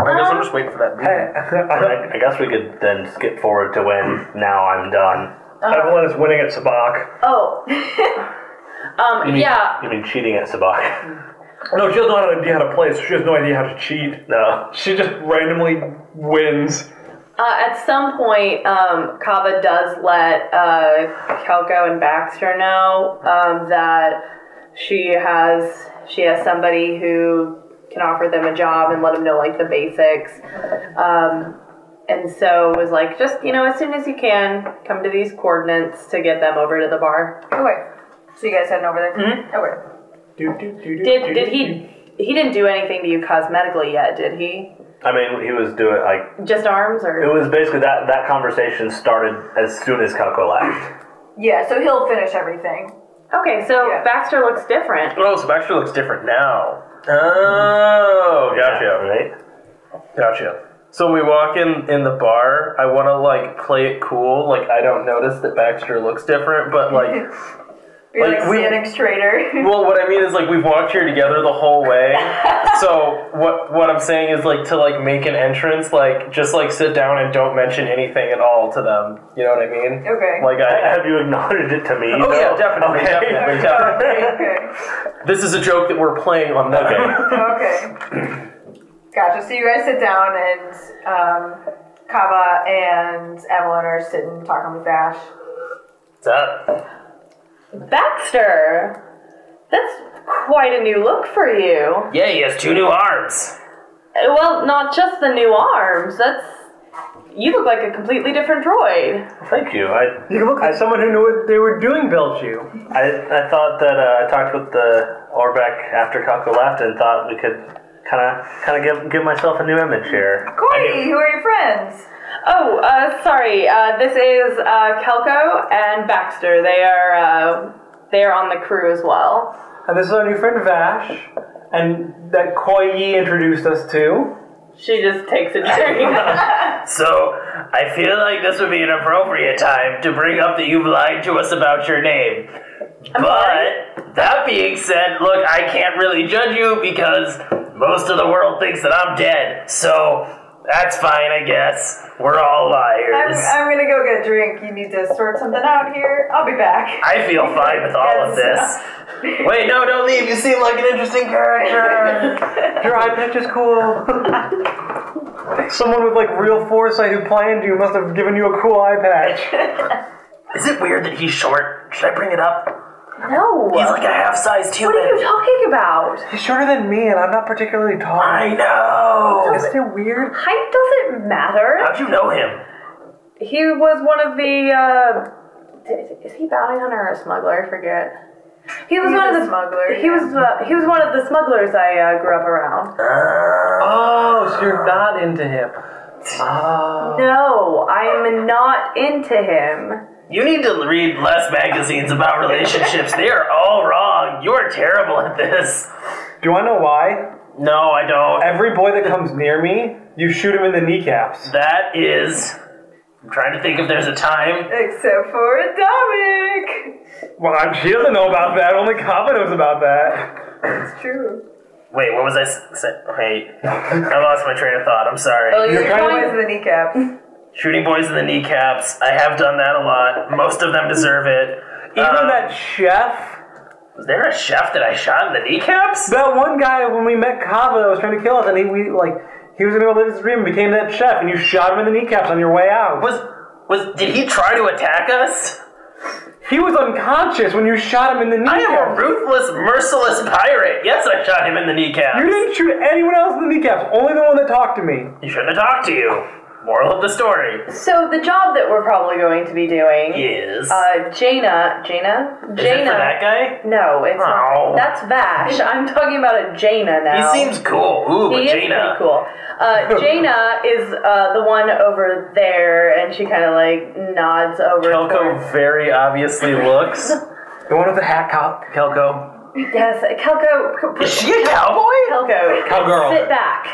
Speaker 4: I guess I'm just waiting for that. meeting.
Speaker 5: I, I guess we could then skip forward to when now I'm done.
Speaker 3: Evelyn is winning at Sabak.
Speaker 7: Oh. um, yeah.
Speaker 5: You mean cheating at Sabak?
Speaker 3: No, she doesn't know how to idea how to play, so she has no idea how to cheat.
Speaker 5: No.
Speaker 3: She just randomly wins.
Speaker 7: Uh, at some point, um, Kava does let uh, Kelko and Baxter know um, that she has she has somebody who can offer them a job and let them know like the basics. Um, and so was like, just you know, as soon as you can, come to these coordinates to get them over to the bar.
Speaker 2: Okay. So you guys heading over there? Okay.
Speaker 7: Did did he? He didn't do anything to you cosmetically yet, did he?
Speaker 5: I mean, he was doing like
Speaker 7: Just arms or?
Speaker 5: It was basically that that conversation started as soon as Kelko left.
Speaker 2: Yeah, so he'll finish everything.
Speaker 7: Okay, so
Speaker 2: Yeah.
Speaker 7: Baxter looks different.
Speaker 4: Oh, so Baxter looks different now. Oh, gotcha,
Speaker 5: Right?
Speaker 4: gotcha. So we walk in in the bar. I want to like play it cool, like I don't notice that Baxter looks different, but like
Speaker 2: You're like,
Speaker 4: Like, we-
Speaker 2: standing straighter.
Speaker 4: Well, what I mean is like we've walked here together the whole way. so what what I'm saying is like to like make an entrance, like just like sit down and don't mention anything at all to them. You know what I mean?
Speaker 2: Okay.
Speaker 4: Like I.
Speaker 5: Have you acknowledged it to me?
Speaker 4: Oh yeah,
Speaker 5: though?
Speaker 4: definitely,
Speaker 5: Okay.
Speaker 4: definitely, definitely.
Speaker 2: okay.
Speaker 4: This is a joke that we're playing on them.
Speaker 5: Okay.
Speaker 2: Okay. Gotcha. So you guys sit down and um, Kava and Evelyn are sitting talking with Vash.
Speaker 4: What's up?
Speaker 7: Baxter, that's quite a new look for you.
Speaker 4: Yeah, he has two new arms.
Speaker 7: Uh, Well, not just the new arms. That's you look like a completely different droid.
Speaker 5: Thank you. I
Speaker 3: You look like someone who knew what they were doing built you.
Speaker 5: I, I thought that uh, I talked with the Orbeck after Kako left and thought we could kind of kind of give give myself a new image here.
Speaker 2: Corey, who are your friends?
Speaker 7: Oh, uh, sorry. Uh, this is uh, Kelko and Baxter. They are uh, they are on the crew as well.
Speaker 3: And this is our new friend Vash, and that Koi Yi introduced us to.
Speaker 7: She just takes a drink.
Speaker 4: So, I feel like this would be an appropriate time to bring up that you've lied to us about your name. But, that being said, look, I can't really judge you because most of the world thinks that I'm dead. So, that's fine, I guess. We're
Speaker 2: I'm,
Speaker 4: all liars. i
Speaker 2: I'm gonna go get a drink. You need to sort something out here. I'll be back.
Speaker 4: feel fine with all of this. Wait, no, don't leave. You seem like an interesting character.
Speaker 3: Your eye patch is cool. someone with like real foresight who planned you must have given you a cool eye patch.
Speaker 4: Is it weird that he's short? Should I bring it up?
Speaker 7: no.
Speaker 4: He's like a half-sized human.
Speaker 7: What are you talking about?
Speaker 3: He's shorter than me, and I'm not particularly tall.
Speaker 4: I know.
Speaker 3: Isn't it weird?
Speaker 7: Height doesn't matter.
Speaker 4: How'd you know him?
Speaker 7: He was one of the. Uh, is he bounty hunter or a smuggler? I forget. He was
Speaker 2: He's
Speaker 7: one
Speaker 2: a
Speaker 7: of the
Speaker 2: smuggler,
Speaker 7: He
Speaker 2: yeah.
Speaker 7: was uh, he was one of the smugglers I uh, grew up around.
Speaker 3: Oh, so you're not into him. Oh.
Speaker 7: No, I'm not into him.
Speaker 4: You need to read less magazines about relationships. they are all wrong. You are terrible at this.
Speaker 3: Do you want to know why?
Speaker 4: No, I don't.
Speaker 3: Every boy that comes near me, you shoot him in the kneecaps.
Speaker 4: That is. I'm trying to think if there's a time.
Speaker 2: Except for Dominic.
Speaker 3: Well, I'm, she doesn't know about that. Only Kava knows about that.
Speaker 2: It's true.
Speaker 4: Wait, what was I saying? Wait, I lost my train of thought. I'm
Speaker 7: Oh,
Speaker 4: sorry.
Speaker 7: you're
Speaker 3: trying to
Speaker 7: going-
Speaker 2: Boys in the kneecaps.
Speaker 4: Shooting boys in the kneecaps. I have done that a lot. Most of them deserve it.
Speaker 3: Even
Speaker 4: Uh,
Speaker 3: that chef,
Speaker 4: Was there a chef that I shot in the kneecaps?
Speaker 3: that one guy when we met Kava that was trying to kill us, and he we like he was gonna go live his dream and became that chef, and you shot him in the kneecaps on your way out.
Speaker 4: Was was did he try to attack us?
Speaker 3: He was unconscious when you shot him in the
Speaker 4: I am a
Speaker 3: kneecaps.
Speaker 4: ruthless, merciless pirate. Yes, I shot him in the kneecaps.
Speaker 3: You didn't shoot anyone else in the kneecaps. Only the one that talked to me.
Speaker 4: He shouldn't have talked to you. Moral of the story
Speaker 7: So the job that we're probably going to be doing.
Speaker 4: is.
Speaker 7: Uh, Jaina, Jaina, Jaina.
Speaker 4: is it for that guy?
Speaker 7: No, it's
Speaker 4: Oh.
Speaker 7: not. That's Vash. I'm talking about a Jaina now.
Speaker 4: He seems cool. Ooh,
Speaker 7: He
Speaker 4: but
Speaker 7: is pretty
Speaker 4: Jaina.
Speaker 7: cool. Uh, Jaina is uh, the one over there, and she kind of like nods over. towards-
Speaker 4: Kelko very obviously looks.
Speaker 3: The one with the hat cop.
Speaker 4: Kelko.
Speaker 7: Yes, Kelko.
Speaker 4: Is she a cowboy?
Speaker 7: Kelko.
Speaker 3: Cowgirl.
Speaker 7: Sit back.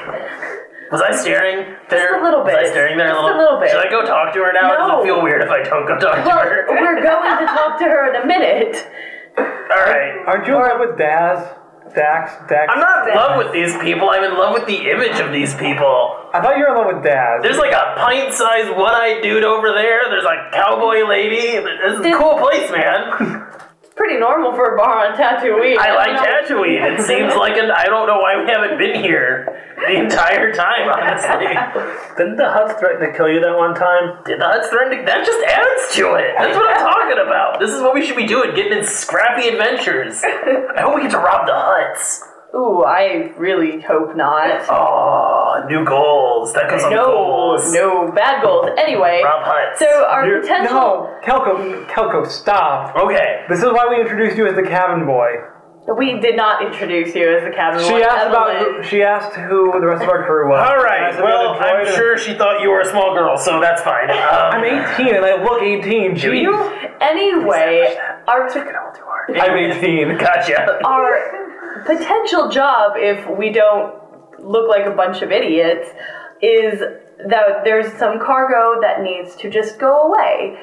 Speaker 4: Was I staring there?
Speaker 7: a little
Speaker 4: Was I
Speaker 7: bit.
Speaker 4: staring there
Speaker 7: Just
Speaker 4: a
Speaker 7: a
Speaker 4: little?
Speaker 7: little bit.
Speaker 4: Should I go talk to her now? Does
Speaker 7: No.
Speaker 4: it feel weird if I don't go talk to
Speaker 7: Well,
Speaker 4: her?
Speaker 7: we're going to talk to her in a minute.
Speaker 4: All right.
Speaker 3: Aren't you in love with Daz? Dax? Dax?
Speaker 4: I'm not in love with these people. I'm in love with the image of these people.
Speaker 3: I thought you were in love with Daz.
Speaker 4: There's like a pint-sized one-eyed dude over there. There's like cowboy lady. This is a cool place, man.
Speaker 7: Pretty normal for a bar on Tatooine.
Speaker 4: I like
Speaker 7: don't know.
Speaker 4: Tatooine. It seems like an. I don't know why we haven't been here the entire time, honestly.
Speaker 5: Didn't the Huts threaten to kill you that one time?
Speaker 4: Did the Huts threaten to. That just adds to it. That's what I'm talking about. This is what we should be doing getting in scrappy adventures. I hope we get to rob the Huts.
Speaker 7: Ooh, I really hope not.
Speaker 4: Oh, new goals. That goes on
Speaker 7: No,
Speaker 4: goals.
Speaker 7: no bad goals. Anyway,
Speaker 4: Rob Huts.
Speaker 7: so our
Speaker 3: You're-
Speaker 7: potential.
Speaker 3: No, Kelko, Kelko, stop.
Speaker 4: okay.
Speaker 3: This is why we introduced you as the cabin boy.
Speaker 7: We did not introduce you as the cabin
Speaker 3: She
Speaker 7: boy,
Speaker 3: asked about
Speaker 7: Evelyn.
Speaker 3: who, she asked who the rest of our crew was.
Speaker 4: All
Speaker 3: And I
Speaker 4: right.
Speaker 3: said we had
Speaker 4: Well,
Speaker 3: a droid
Speaker 4: I'm
Speaker 3: and-
Speaker 4: sure she thought you were a small girl, so that's fine. Um,
Speaker 3: I'm 18 and I look 18.
Speaker 4: do
Speaker 3: Jeez.
Speaker 4: you?
Speaker 7: Anyway, our,
Speaker 3: I'm 18.
Speaker 4: Gotcha.
Speaker 7: our potential job, if we don't look like a bunch of idiots, is that there's some cargo that needs to just go away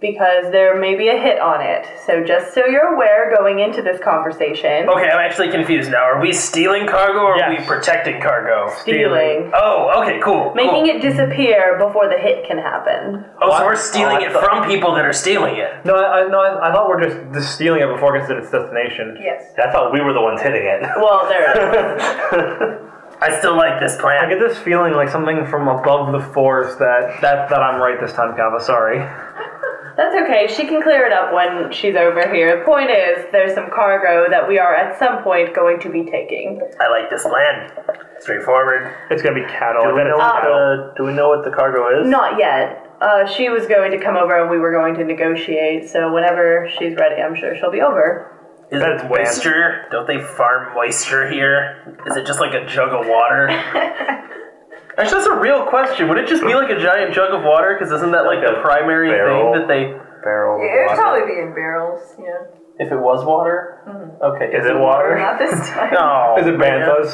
Speaker 7: because there may be a hit on it. So, just so you're aware going into this conversation,
Speaker 4: Okay, I'm actually confused now. Are we stealing cargo or are we
Speaker 3: Yes.
Speaker 4: protecting cargo?
Speaker 7: stealing,
Speaker 4: Oh, okay, cool.
Speaker 7: making
Speaker 4: cool.
Speaker 7: it disappear before the hit can happen.
Speaker 4: Oh, so we're stealing it from people that are stealing it.
Speaker 3: No, I, I- no, I, I thought we're just, just stealing it before it gets to its destination.
Speaker 2: Yes.
Speaker 5: I thought we were the ones hitting it.
Speaker 7: Well, there.
Speaker 4: I still like this
Speaker 3: I
Speaker 4: plan.
Speaker 3: get this feeling like something from above the force that that that I'm right this time, Kava. Sorry.
Speaker 7: That's okay. She can clear it up when she's over here. The point is, there's some cargo that we are at some point going to be taking.
Speaker 4: I like this plan. Straightforward.
Speaker 3: It's gonna be cattle.
Speaker 5: Do we, know what the, do we know what the cargo is?
Speaker 7: Not yet. Uh, she was going to come over and we were going to negotiate, so whenever she's ready, I'm sure she'll be over.
Speaker 4: Is
Speaker 3: That's
Speaker 4: it moisture? Don't they farm moisture here? Is it just like a jug of water?
Speaker 8: Actually, that's a real question. Would it just be like a giant jug of water? Because isn't that like
Speaker 5: Like
Speaker 8: the
Speaker 5: a
Speaker 8: primary
Speaker 5: barrel?
Speaker 8: thing that they?
Speaker 5: Barrel. of
Speaker 2: It would
Speaker 5: water.
Speaker 2: probably be in barrels, yeah.
Speaker 8: If it was water,
Speaker 7: Mm-hmm.
Speaker 8: okay.
Speaker 5: Is it water?
Speaker 2: Not this time.
Speaker 8: No.
Speaker 3: Is it banthas?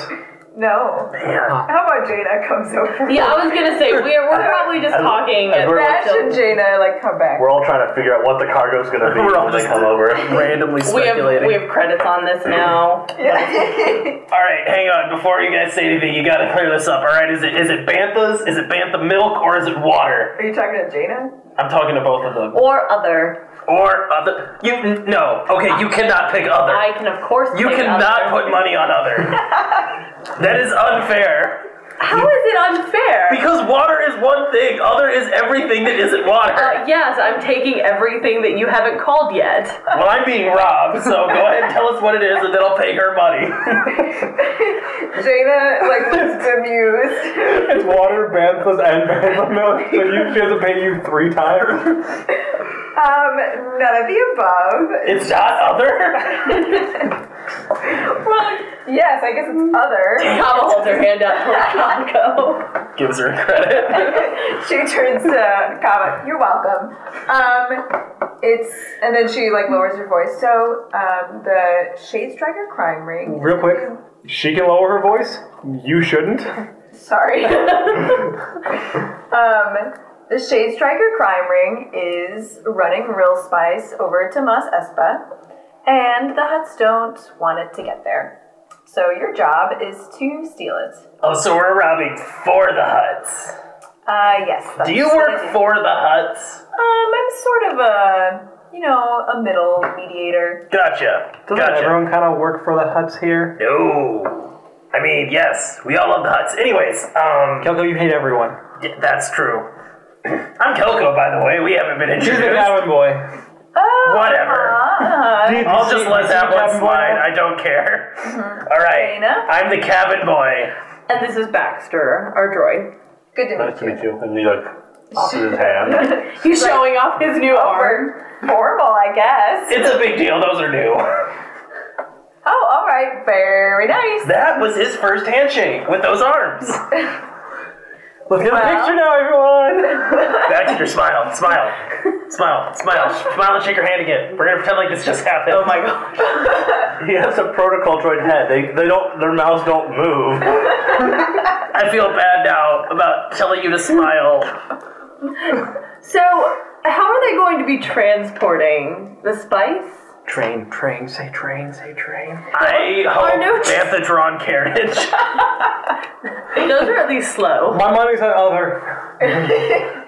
Speaker 2: No. How about Jaina comes over?
Speaker 7: Yeah, I was gonna say, we're, we're probably just talking.
Speaker 5: as we're
Speaker 2: Bash and Jaina like come back.
Speaker 5: We're all trying to figure out what the cargo's gonna be
Speaker 8: We're all
Speaker 5: when they
Speaker 8: just-
Speaker 5: come over.
Speaker 8: randomly
Speaker 7: we, have,
Speaker 8: speculating?
Speaker 7: we have credits on this now.
Speaker 4: All right, hang on. Before you guys say anything, you gotta clear this up. All right, is it is it banthas? Is it bantha milk or is it water?
Speaker 2: Are you talking to Jaina?
Speaker 4: I'm talking to both of them.
Speaker 7: Or other.
Speaker 4: Or other? You n- no. Okay, you cannot pick other.
Speaker 7: I can, of course,
Speaker 4: You
Speaker 7: take
Speaker 4: cannot
Speaker 7: other.
Speaker 4: put money on other. that is unfair.
Speaker 7: How is it unfair?
Speaker 4: Because water is one thing, other is everything that isn't water.
Speaker 7: Uh, yes, I'm taking everything that you haven't called yet.
Speaker 4: Well, I'm being robbed, so go ahead and tell us what it is, and then I'll pay her money.
Speaker 2: Jaina like looks bemused.
Speaker 3: It's water, banthas, and bantha milk. So you, she has to pay you three times.
Speaker 2: Um, none of the above.
Speaker 4: It's not other.
Speaker 2: Well, yes, I guess it's other.
Speaker 7: Kava holds her hand up for Congo.
Speaker 4: Gives her credit.
Speaker 2: She turns to Kava. You're welcome. Um, it's and then she like lowers her voice. So um, the Shade Striker crime ring.
Speaker 3: Real quick, she can lower her voice. You shouldn't.
Speaker 2: Sorry. um, the Shade Striker crime ring is running Real Spice over to Mas Espa, and the Huts don't want it to get there. So your job is to steal it.
Speaker 4: Oh, so we're robbing for the huts.
Speaker 2: Uh, yes.
Speaker 4: Do you work for the huts?
Speaker 2: Um, I'm sort of a, you know, a middle mediator.
Speaker 4: Gotcha.
Speaker 3: Doesn't
Speaker 4: gotcha.
Speaker 3: everyone kind of work for the huts here?
Speaker 4: No. I mean, yes, we all love the huts. Anyways, um,
Speaker 3: Kelko, you hate everyone.
Speaker 4: yeah, that's true. I'm Kelko, by the way. We haven't been
Speaker 3: She's the
Speaker 4: introduced.
Speaker 3: cabin boy.
Speaker 2: Oh,
Speaker 4: Whatever.
Speaker 2: uh-huh.
Speaker 3: Did you
Speaker 4: I'll
Speaker 3: see-
Speaker 4: just
Speaker 3: you
Speaker 4: let
Speaker 3: see
Speaker 4: that
Speaker 3: the
Speaker 4: one
Speaker 3: cabin boy
Speaker 4: slide.
Speaker 3: now?
Speaker 4: I don't care. All right.
Speaker 2: Dana?
Speaker 4: I'm the cabin boy.
Speaker 7: And this is Baxter, our droid.
Speaker 2: Good to
Speaker 5: Nice
Speaker 2: meet
Speaker 5: to
Speaker 2: you.
Speaker 5: meet you. And he like tosses his hand.
Speaker 7: He's showing off his new arm.
Speaker 2: We're formal, I guess.
Speaker 4: It's a big deal. Those are new.
Speaker 2: Oh, all right. Very nice.
Speaker 4: That was his first handshake with those arms.
Speaker 3: Let's get a
Speaker 2: Well.
Speaker 3: picture now, everyone.
Speaker 4: Baxter, smile, smile, smile, smile, smile, and shake her hand again. We're gonna pretend like this just happened. Oh my god.
Speaker 5: He has a protocol droid head. They they don't their mouths don't move.
Speaker 4: I feel bad now about telling you to smile.
Speaker 7: So, how are they going to be transporting the spice?
Speaker 3: Train, train, say train, say train.
Speaker 4: I
Speaker 7: no-
Speaker 4: hope Banthodron carriage.
Speaker 7: Those are at least slow.
Speaker 3: My money's on other.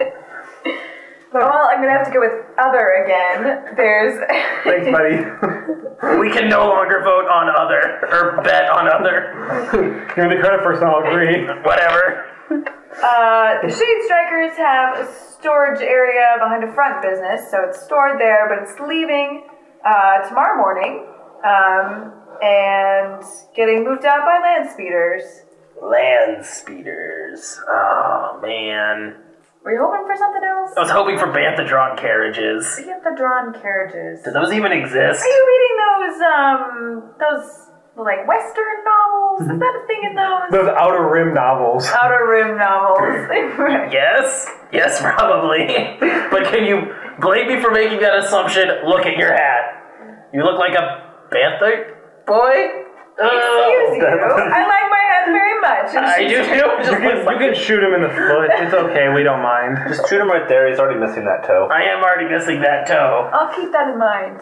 Speaker 2: Well, I'm gonna have to go with other again. There's
Speaker 3: Thanks, buddy.
Speaker 4: We can no longer vote on other or bet on other.
Speaker 3: You're the credit person. I'll agree.
Speaker 4: Whatever.
Speaker 2: Uh, the Shade Strikers have a storage area behind a front business, so it's stored there, but it's leaving uh, tomorrow morning um, and getting moved out by land speeders.
Speaker 4: Land speeders. Oh man.
Speaker 2: Were you hoping for something else?
Speaker 4: I was hoping for Banthodron carriages.
Speaker 2: We have the drawn carriages.
Speaker 4: Do those even exist?
Speaker 2: Are you reading those um those like Western novels? Is that a thing in those?
Speaker 3: Those Outer Rim novels.
Speaker 2: Outer Rim novels.
Speaker 4: Yes. Yes, probably. but can you blame me for making that assumption? Look at your hat. You look like a Bantha boy. Oh.
Speaker 2: Excuse you. I like my head very much. and
Speaker 4: I do too. It Just
Speaker 3: You can,
Speaker 4: looks
Speaker 3: you
Speaker 4: like
Speaker 3: can shoot him in the foot. It's okay. We don't mind.
Speaker 5: Just shoot him right there. He's already missing that toe.
Speaker 4: I am already missing that toe.
Speaker 2: I'll keep that in mind.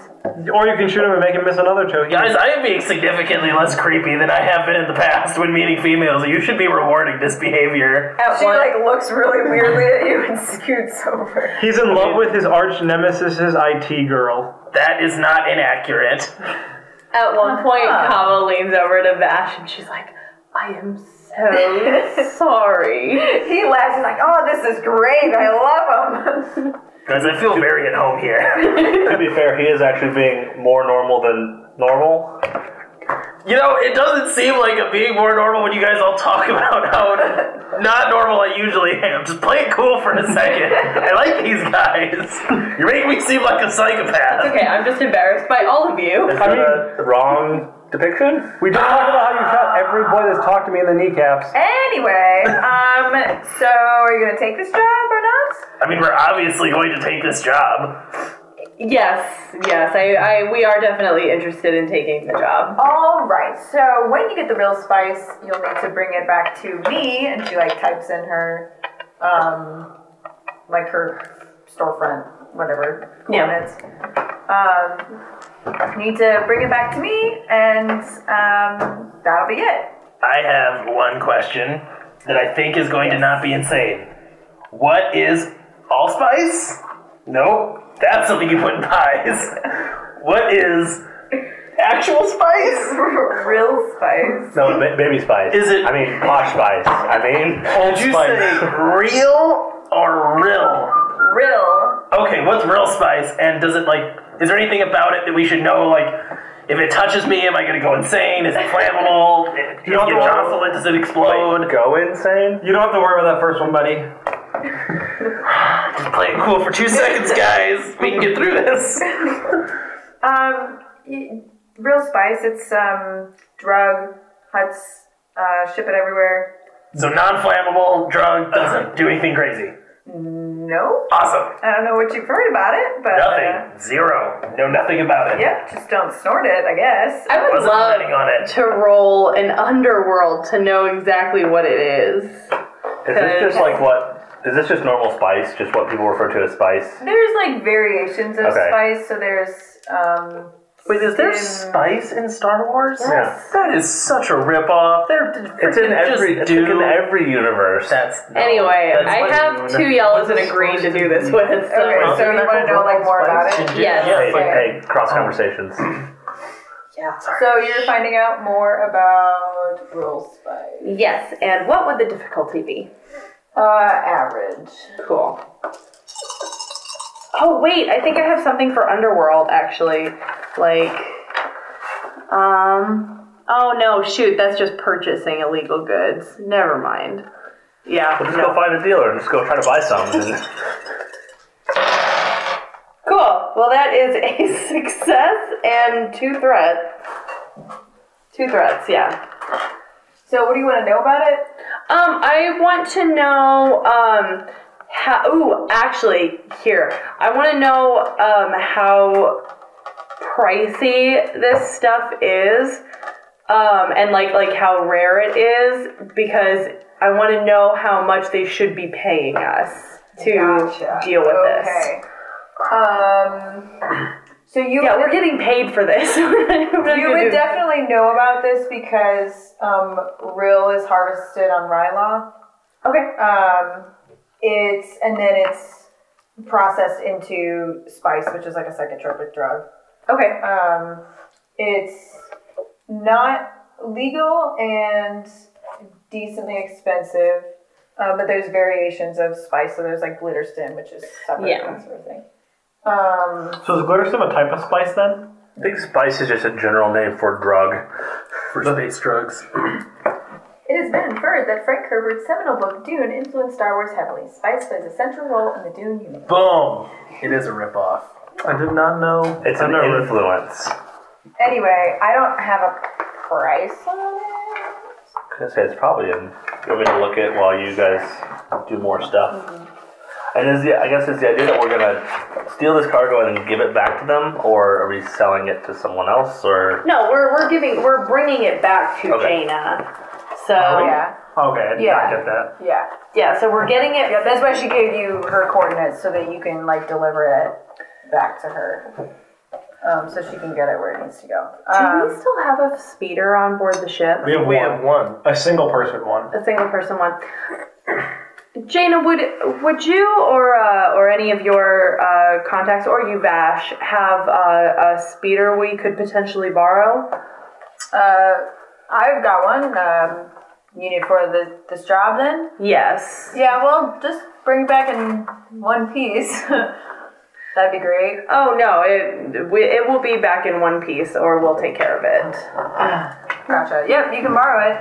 Speaker 3: Or you can shoot him and make him miss another toe.
Speaker 4: Guys, I am being significantly less creepy than I have been in the past when meeting females. You should be rewarding this behavior.
Speaker 2: she like looks really weirdly at you and scoots over.
Speaker 3: He's in love with his arch nemesis, his IT girl.
Speaker 4: That is not inaccurate.
Speaker 7: At one point, Kava leans over to Vash and she's like, I am so sorry.
Speaker 2: He laughs. He's like, "Oh, this is great. I love him."
Speaker 4: Guys, I feel very at home here.
Speaker 5: To be fair, he is actually being more normal than normal.
Speaker 4: You know, it doesn't seem like I'm being more normal when you guys all talk about how not normal I usually am. Just play it cool for a second. I like these guys. You're making me seem like a psychopath.
Speaker 7: Okay, I'm just embarrassed by all of you.
Speaker 5: Is that a wrong depiction?
Speaker 3: We just talked about how you shot every boy that's talked to me in the kneecaps.
Speaker 2: anyway, um, so are you gonna take this job or not?
Speaker 4: I mean, we're obviously going to take this job.
Speaker 7: Yes, yes, I, I we are definitely interested in taking the job.
Speaker 2: All right. So when you get the real spice, you'll need to bring it back to me, and she like types in her, um, like her storefront, whatever
Speaker 7: Yeah.
Speaker 2: coordinates. Um, need to bring it back to me, and um, that'll be it.
Speaker 4: I have one question that I think is going to not be insane. What is allspice? Nope, that's something you put in pies. What is actual spice?
Speaker 2: real spice.
Speaker 5: No, ba- baby spice.
Speaker 4: Is it-
Speaker 5: I mean, posh spice. I mean,
Speaker 4: Did you say real or real?
Speaker 2: Real.
Speaker 4: Okay, what's real spice? And does it like, is there anything about it that we should know? Like, if it touches me, am I gonna go insane? Is it flammable? if you
Speaker 3: don't have to worry.
Speaker 4: jostle it, does it explode?
Speaker 5: go insane?
Speaker 3: You don't have to worry about that first one, buddy.
Speaker 4: Play it cool for two seconds, guys. We can get through this.
Speaker 2: Um, y- real spice. It's um, drug huts. Uh, ship it everywhere.
Speaker 4: So non-flammable drug doesn't do anything crazy.
Speaker 2: No,
Speaker 4: Awesome.
Speaker 2: I don't know what you've heard about it, but Uh,
Speaker 4: Nothing. Zero. Know nothing about it.
Speaker 2: Yep, just don't snort it, I guess.
Speaker 7: I would
Speaker 4: Wasn't
Speaker 7: love
Speaker 4: planning on it.
Speaker 7: to roll an underworld to know exactly what it is.
Speaker 5: Is this just like what? Is this just normal spice? Just what people refer to as spice?
Speaker 2: There's like variations of
Speaker 5: Okay.
Speaker 2: spice, so there's um
Speaker 4: Wait, is there
Speaker 2: Skin.
Speaker 4: spice in Star Wars?
Speaker 5: Yeah.
Speaker 4: That is such a ripoff. They're d-
Speaker 5: It's in
Speaker 4: freaking just
Speaker 5: every. It's like
Speaker 4: do.
Speaker 5: in every universe.
Speaker 4: That's no,
Speaker 7: anyway,
Speaker 4: that's
Speaker 7: I
Speaker 4: like-
Speaker 7: have two yellows and a green to do this with. So.
Speaker 2: Okay, so you wanna know like more about it?
Speaker 7: Yes.
Speaker 5: Hey,
Speaker 4: Yeah.
Speaker 5: hey, cross conversations.
Speaker 2: So you're finding out more about real spice.
Speaker 7: Yes, and what would the difficulty be?
Speaker 2: Uh average.
Speaker 7: Cool. Oh wait, I think I have something for Underworld actually. Like um oh no, shoot, that's just purchasing illegal goods. Never mind. Yeah.
Speaker 5: Let's go find a dealer and just go try to buy some. And
Speaker 7: Cool. Well that is a success and two threats. Two threats, yeah.
Speaker 2: So what do you want to know about it?
Speaker 7: Um, I want to know. Um, how? Ooh, actually, here I want to know um, how pricey this stuff is, um, and like like how rare it is because I want to know how much they should be paying us to deal with this.
Speaker 2: okay. Um so you
Speaker 7: Yeah,
Speaker 2: would-
Speaker 7: we're getting paid for this.
Speaker 2: you would definitely know about this because um, Rill is harvested on Rylaw.
Speaker 7: okay.
Speaker 2: Um, it's and then it's processed into spice, which is like a psychotropic drug.
Speaker 7: Okay.
Speaker 2: Um, it's not legal and decently expensive, uh, but there's variations of spice. So there's like glitterstin, which is separate
Speaker 7: Yeah.
Speaker 2: that sort of thing. Um,
Speaker 3: So is glitterstim a type of spice then?
Speaker 5: I think spice is just a general name for drug.
Speaker 4: For space drugs.
Speaker 2: it has been inferred that Frank Herbert's seminal book Dune influenced Star Wars heavily. Spice plays a central role in the Dune universe.
Speaker 4: Boom. It is a ripoff.
Speaker 3: I did not know.
Speaker 5: It's an
Speaker 3: Another-
Speaker 5: influence.
Speaker 2: Anyway, I don't have a price on it.
Speaker 5: I was gonna say it's probably in. You want me to look at while you guys do more stuff? And is the I guess is the idea that we're gonna steal this cargo and then give it back to them, or are we selling it to someone else, or
Speaker 7: No, we're we're giving we're bringing it back to
Speaker 5: Okay.
Speaker 7: Jaina. So
Speaker 2: Yeah,
Speaker 3: Okay, I did
Speaker 2: Yeah.
Speaker 3: not get that.
Speaker 2: yeah.
Speaker 7: yeah, so we're getting it
Speaker 2: Yeah, that's why she gave you her coordinates so that you can like deliver it back to her. Um, so she can get it where it needs to go.
Speaker 7: Do
Speaker 2: Um,
Speaker 7: we still have a speeder on board the ship?
Speaker 3: We have
Speaker 4: We
Speaker 3: one.
Speaker 4: have one.
Speaker 3: A single person one.
Speaker 7: A single person one. Jaina, would would you or uh, or any of your uh, contacts or you Vash have uh, a speeder we could potentially borrow?
Speaker 2: uh, I've got one. Um, You need for the, this job then?
Speaker 7: Yes.
Speaker 2: Yeah, well, just bring it back in one piece. That'd be great.
Speaker 7: Oh no, it we, it will be back in one piece, or we'll take care of it.
Speaker 2: Gotcha. Yep, you can borrow it.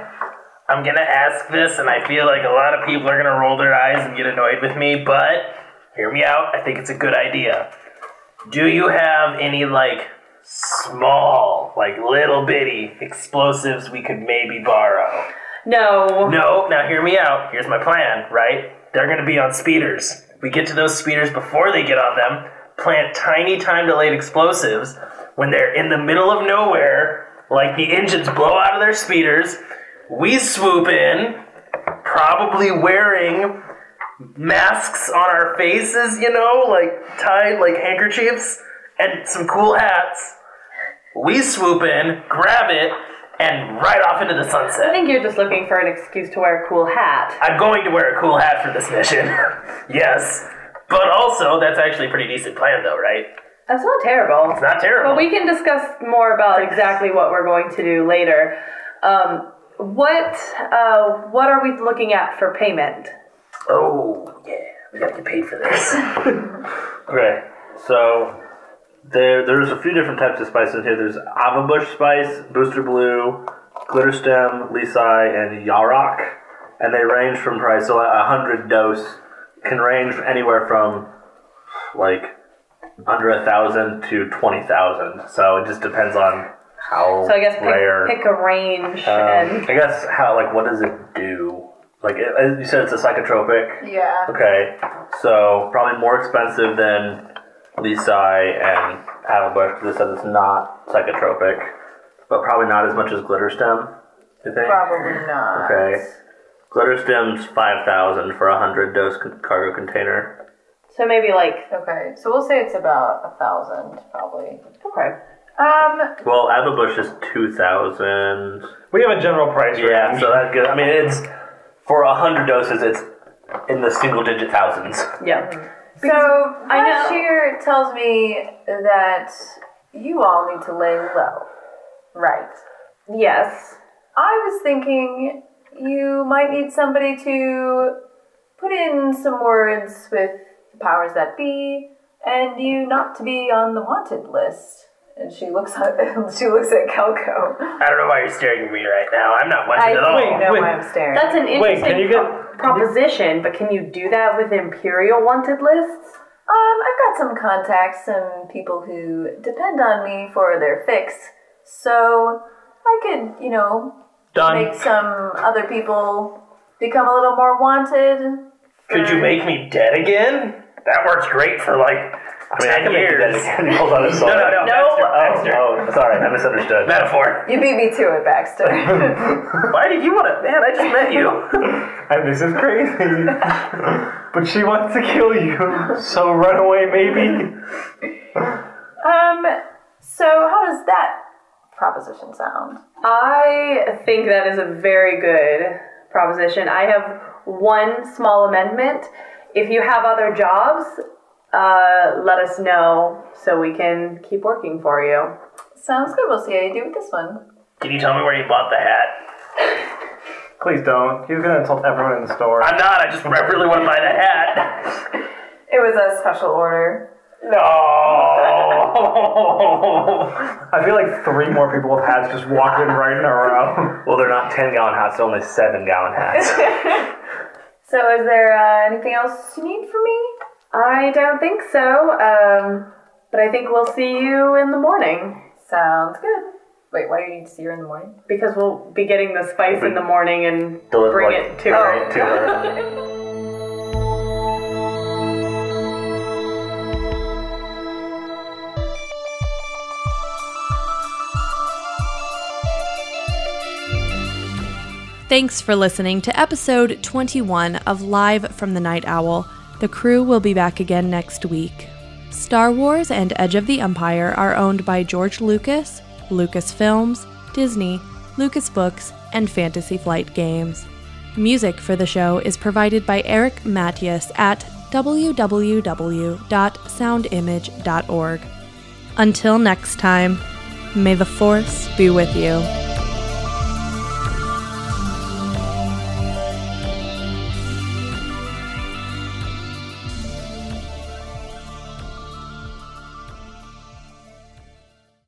Speaker 4: I'm gonna ask this, and I feel like a lot of people are gonna roll their eyes and get annoyed with me, but hear me out. I think it's a good idea. Do you have any, like, small, like, little bitty explosives we could maybe borrow?
Speaker 7: No.
Speaker 4: No, now hear me out. Here's my plan, right? They're gonna be on speeders. We get to those speeders before they get on them, plant tiny time delayed explosives when they're in the middle of nowhere, like the engines blow out of their speeders. We swoop in, probably wearing masks on our faces, you know, like tied like handkerchiefs and some cool hats. We swoop in, grab it, and right off into the sunset.
Speaker 7: I think you're just looking for an excuse to wear a cool hat.
Speaker 4: I'm going to wear a cool hat for this mission. yes. But also, that's actually a pretty decent plan, though, right?
Speaker 7: That's not terrible.
Speaker 4: It's not terrible.
Speaker 7: But we can discuss more about exactly what we're going to do later. Um, what uh, what are we looking at for payment?
Speaker 4: oh, yeah. We gotta get paid for this.
Speaker 5: Okay, so there, there's a few different types of spices here. There's Ava Bush spice, Booster Blue, Glitter Stem, Lisai, and Yarok. And they range from price, so like a 100 dose can range anywhere from like under a thousand to 20,000. So it just depends on how
Speaker 7: So I guess
Speaker 5: rare.
Speaker 7: pick, pick a range
Speaker 5: um,
Speaker 7: and
Speaker 5: I guess how, like, what does it do? Like, it, as you said, it's a psychotropic.
Speaker 2: Yeah.
Speaker 5: Okay, so probably more expensive than Lisai and Avabush because it says it's not psychotropic, but probably not as much as Glitter Stem, you think?
Speaker 2: Probably not.
Speaker 5: Okay. Glitter Stem's 5000 for a 100 dose con- cargo container.
Speaker 7: so maybe like
Speaker 2: Okay, so we'll say it's about a thousand, probably.
Speaker 7: okay.
Speaker 2: Um,
Speaker 5: Well, Avabush is 2000.
Speaker 3: We have a general price range.
Speaker 5: Yeah, so that's good. I mean, it's for a 100 doses, it's in the single digit thousands.
Speaker 7: Yeah.
Speaker 2: so
Speaker 7: I know-
Speaker 2: Bashir tells me that you all need to lay low, right?
Speaker 7: Yes.
Speaker 2: I was thinking you might need somebody to put in some words with the powers that be, and you not to be on the wanted list. And she looks at she looks at Kelko.
Speaker 4: I don't know why you're staring at me right now. I'm not
Speaker 2: I
Speaker 4: watching at all.
Speaker 2: don't know
Speaker 3: wait.
Speaker 2: why I'm staring.
Speaker 7: That's an
Speaker 3: Wait,
Speaker 7: interesting
Speaker 3: can you get-
Speaker 7: pro- proposition, but can you do that with Imperial wanted lists?
Speaker 2: Um, I've got some contacts, some people who depend on me for their fix. So I could, you know,
Speaker 4: Um,
Speaker 2: make some other people become a little more wanted.
Speaker 4: Could you make me dead again? That worked great for like
Speaker 5: I mean, I
Speaker 4: 10
Speaker 5: can make you
Speaker 4: years.
Speaker 5: that again. Hold on a
Speaker 4: No,
Speaker 5: second.
Speaker 4: no, no. Baxter, Baxter.
Speaker 5: Oh, oh, sorry, I misunderstood.
Speaker 4: Metaphor.
Speaker 2: You beat me to it, Baxter.
Speaker 4: Why did you want to? Man, I just met you.
Speaker 3: And this is crazy. but she wants to kill you, so run away, maybe.
Speaker 2: um, so how does that proposition sound?
Speaker 7: I think that is a very good proposition. I have one small amendment. If you have other jobs, uh, let us know so we can keep working for you.
Speaker 2: Sounds good. We'll see how you do with this one.
Speaker 4: Can you tell me where you bought the hat?
Speaker 3: Please don't. He's gonna insult everyone in the store.
Speaker 4: I'm not. I just I really want to buy the hat.
Speaker 2: It was a special order.
Speaker 4: No.
Speaker 3: I feel like three more people with hats just walked in right in a row.
Speaker 5: Well, they're not 10 gallon hats, they're only 7 gallon hats.
Speaker 2: So is there uh, anything else you need from me?
Speaker 7: I don't think so, um, but I think we'll see you in the morning
Speaker 2: Sounds good. Wait, why do you need to see her in the morning?
Speaker 7: because we'll be getting the spice in the morning and
Speaker 5: Deliver,
Speaker 7: bring
Speaker 5: like,
Speaker 7: it to
Speaker 5: bring
Speaker 7: her.
Speaker 5: it to her.
Speaker 1: Thanks for listening to episode 21 of Live from the Night Owl. The crew will be back again next week. Star Wars and Edge of the Empire are owned by George Lucas, Lucas Films, Disney, Lucas Books, and Fantasy Flight Games. Music for the show is provided by Eric Mattias at www.soundimage.org. Until next time, may the Force be with you.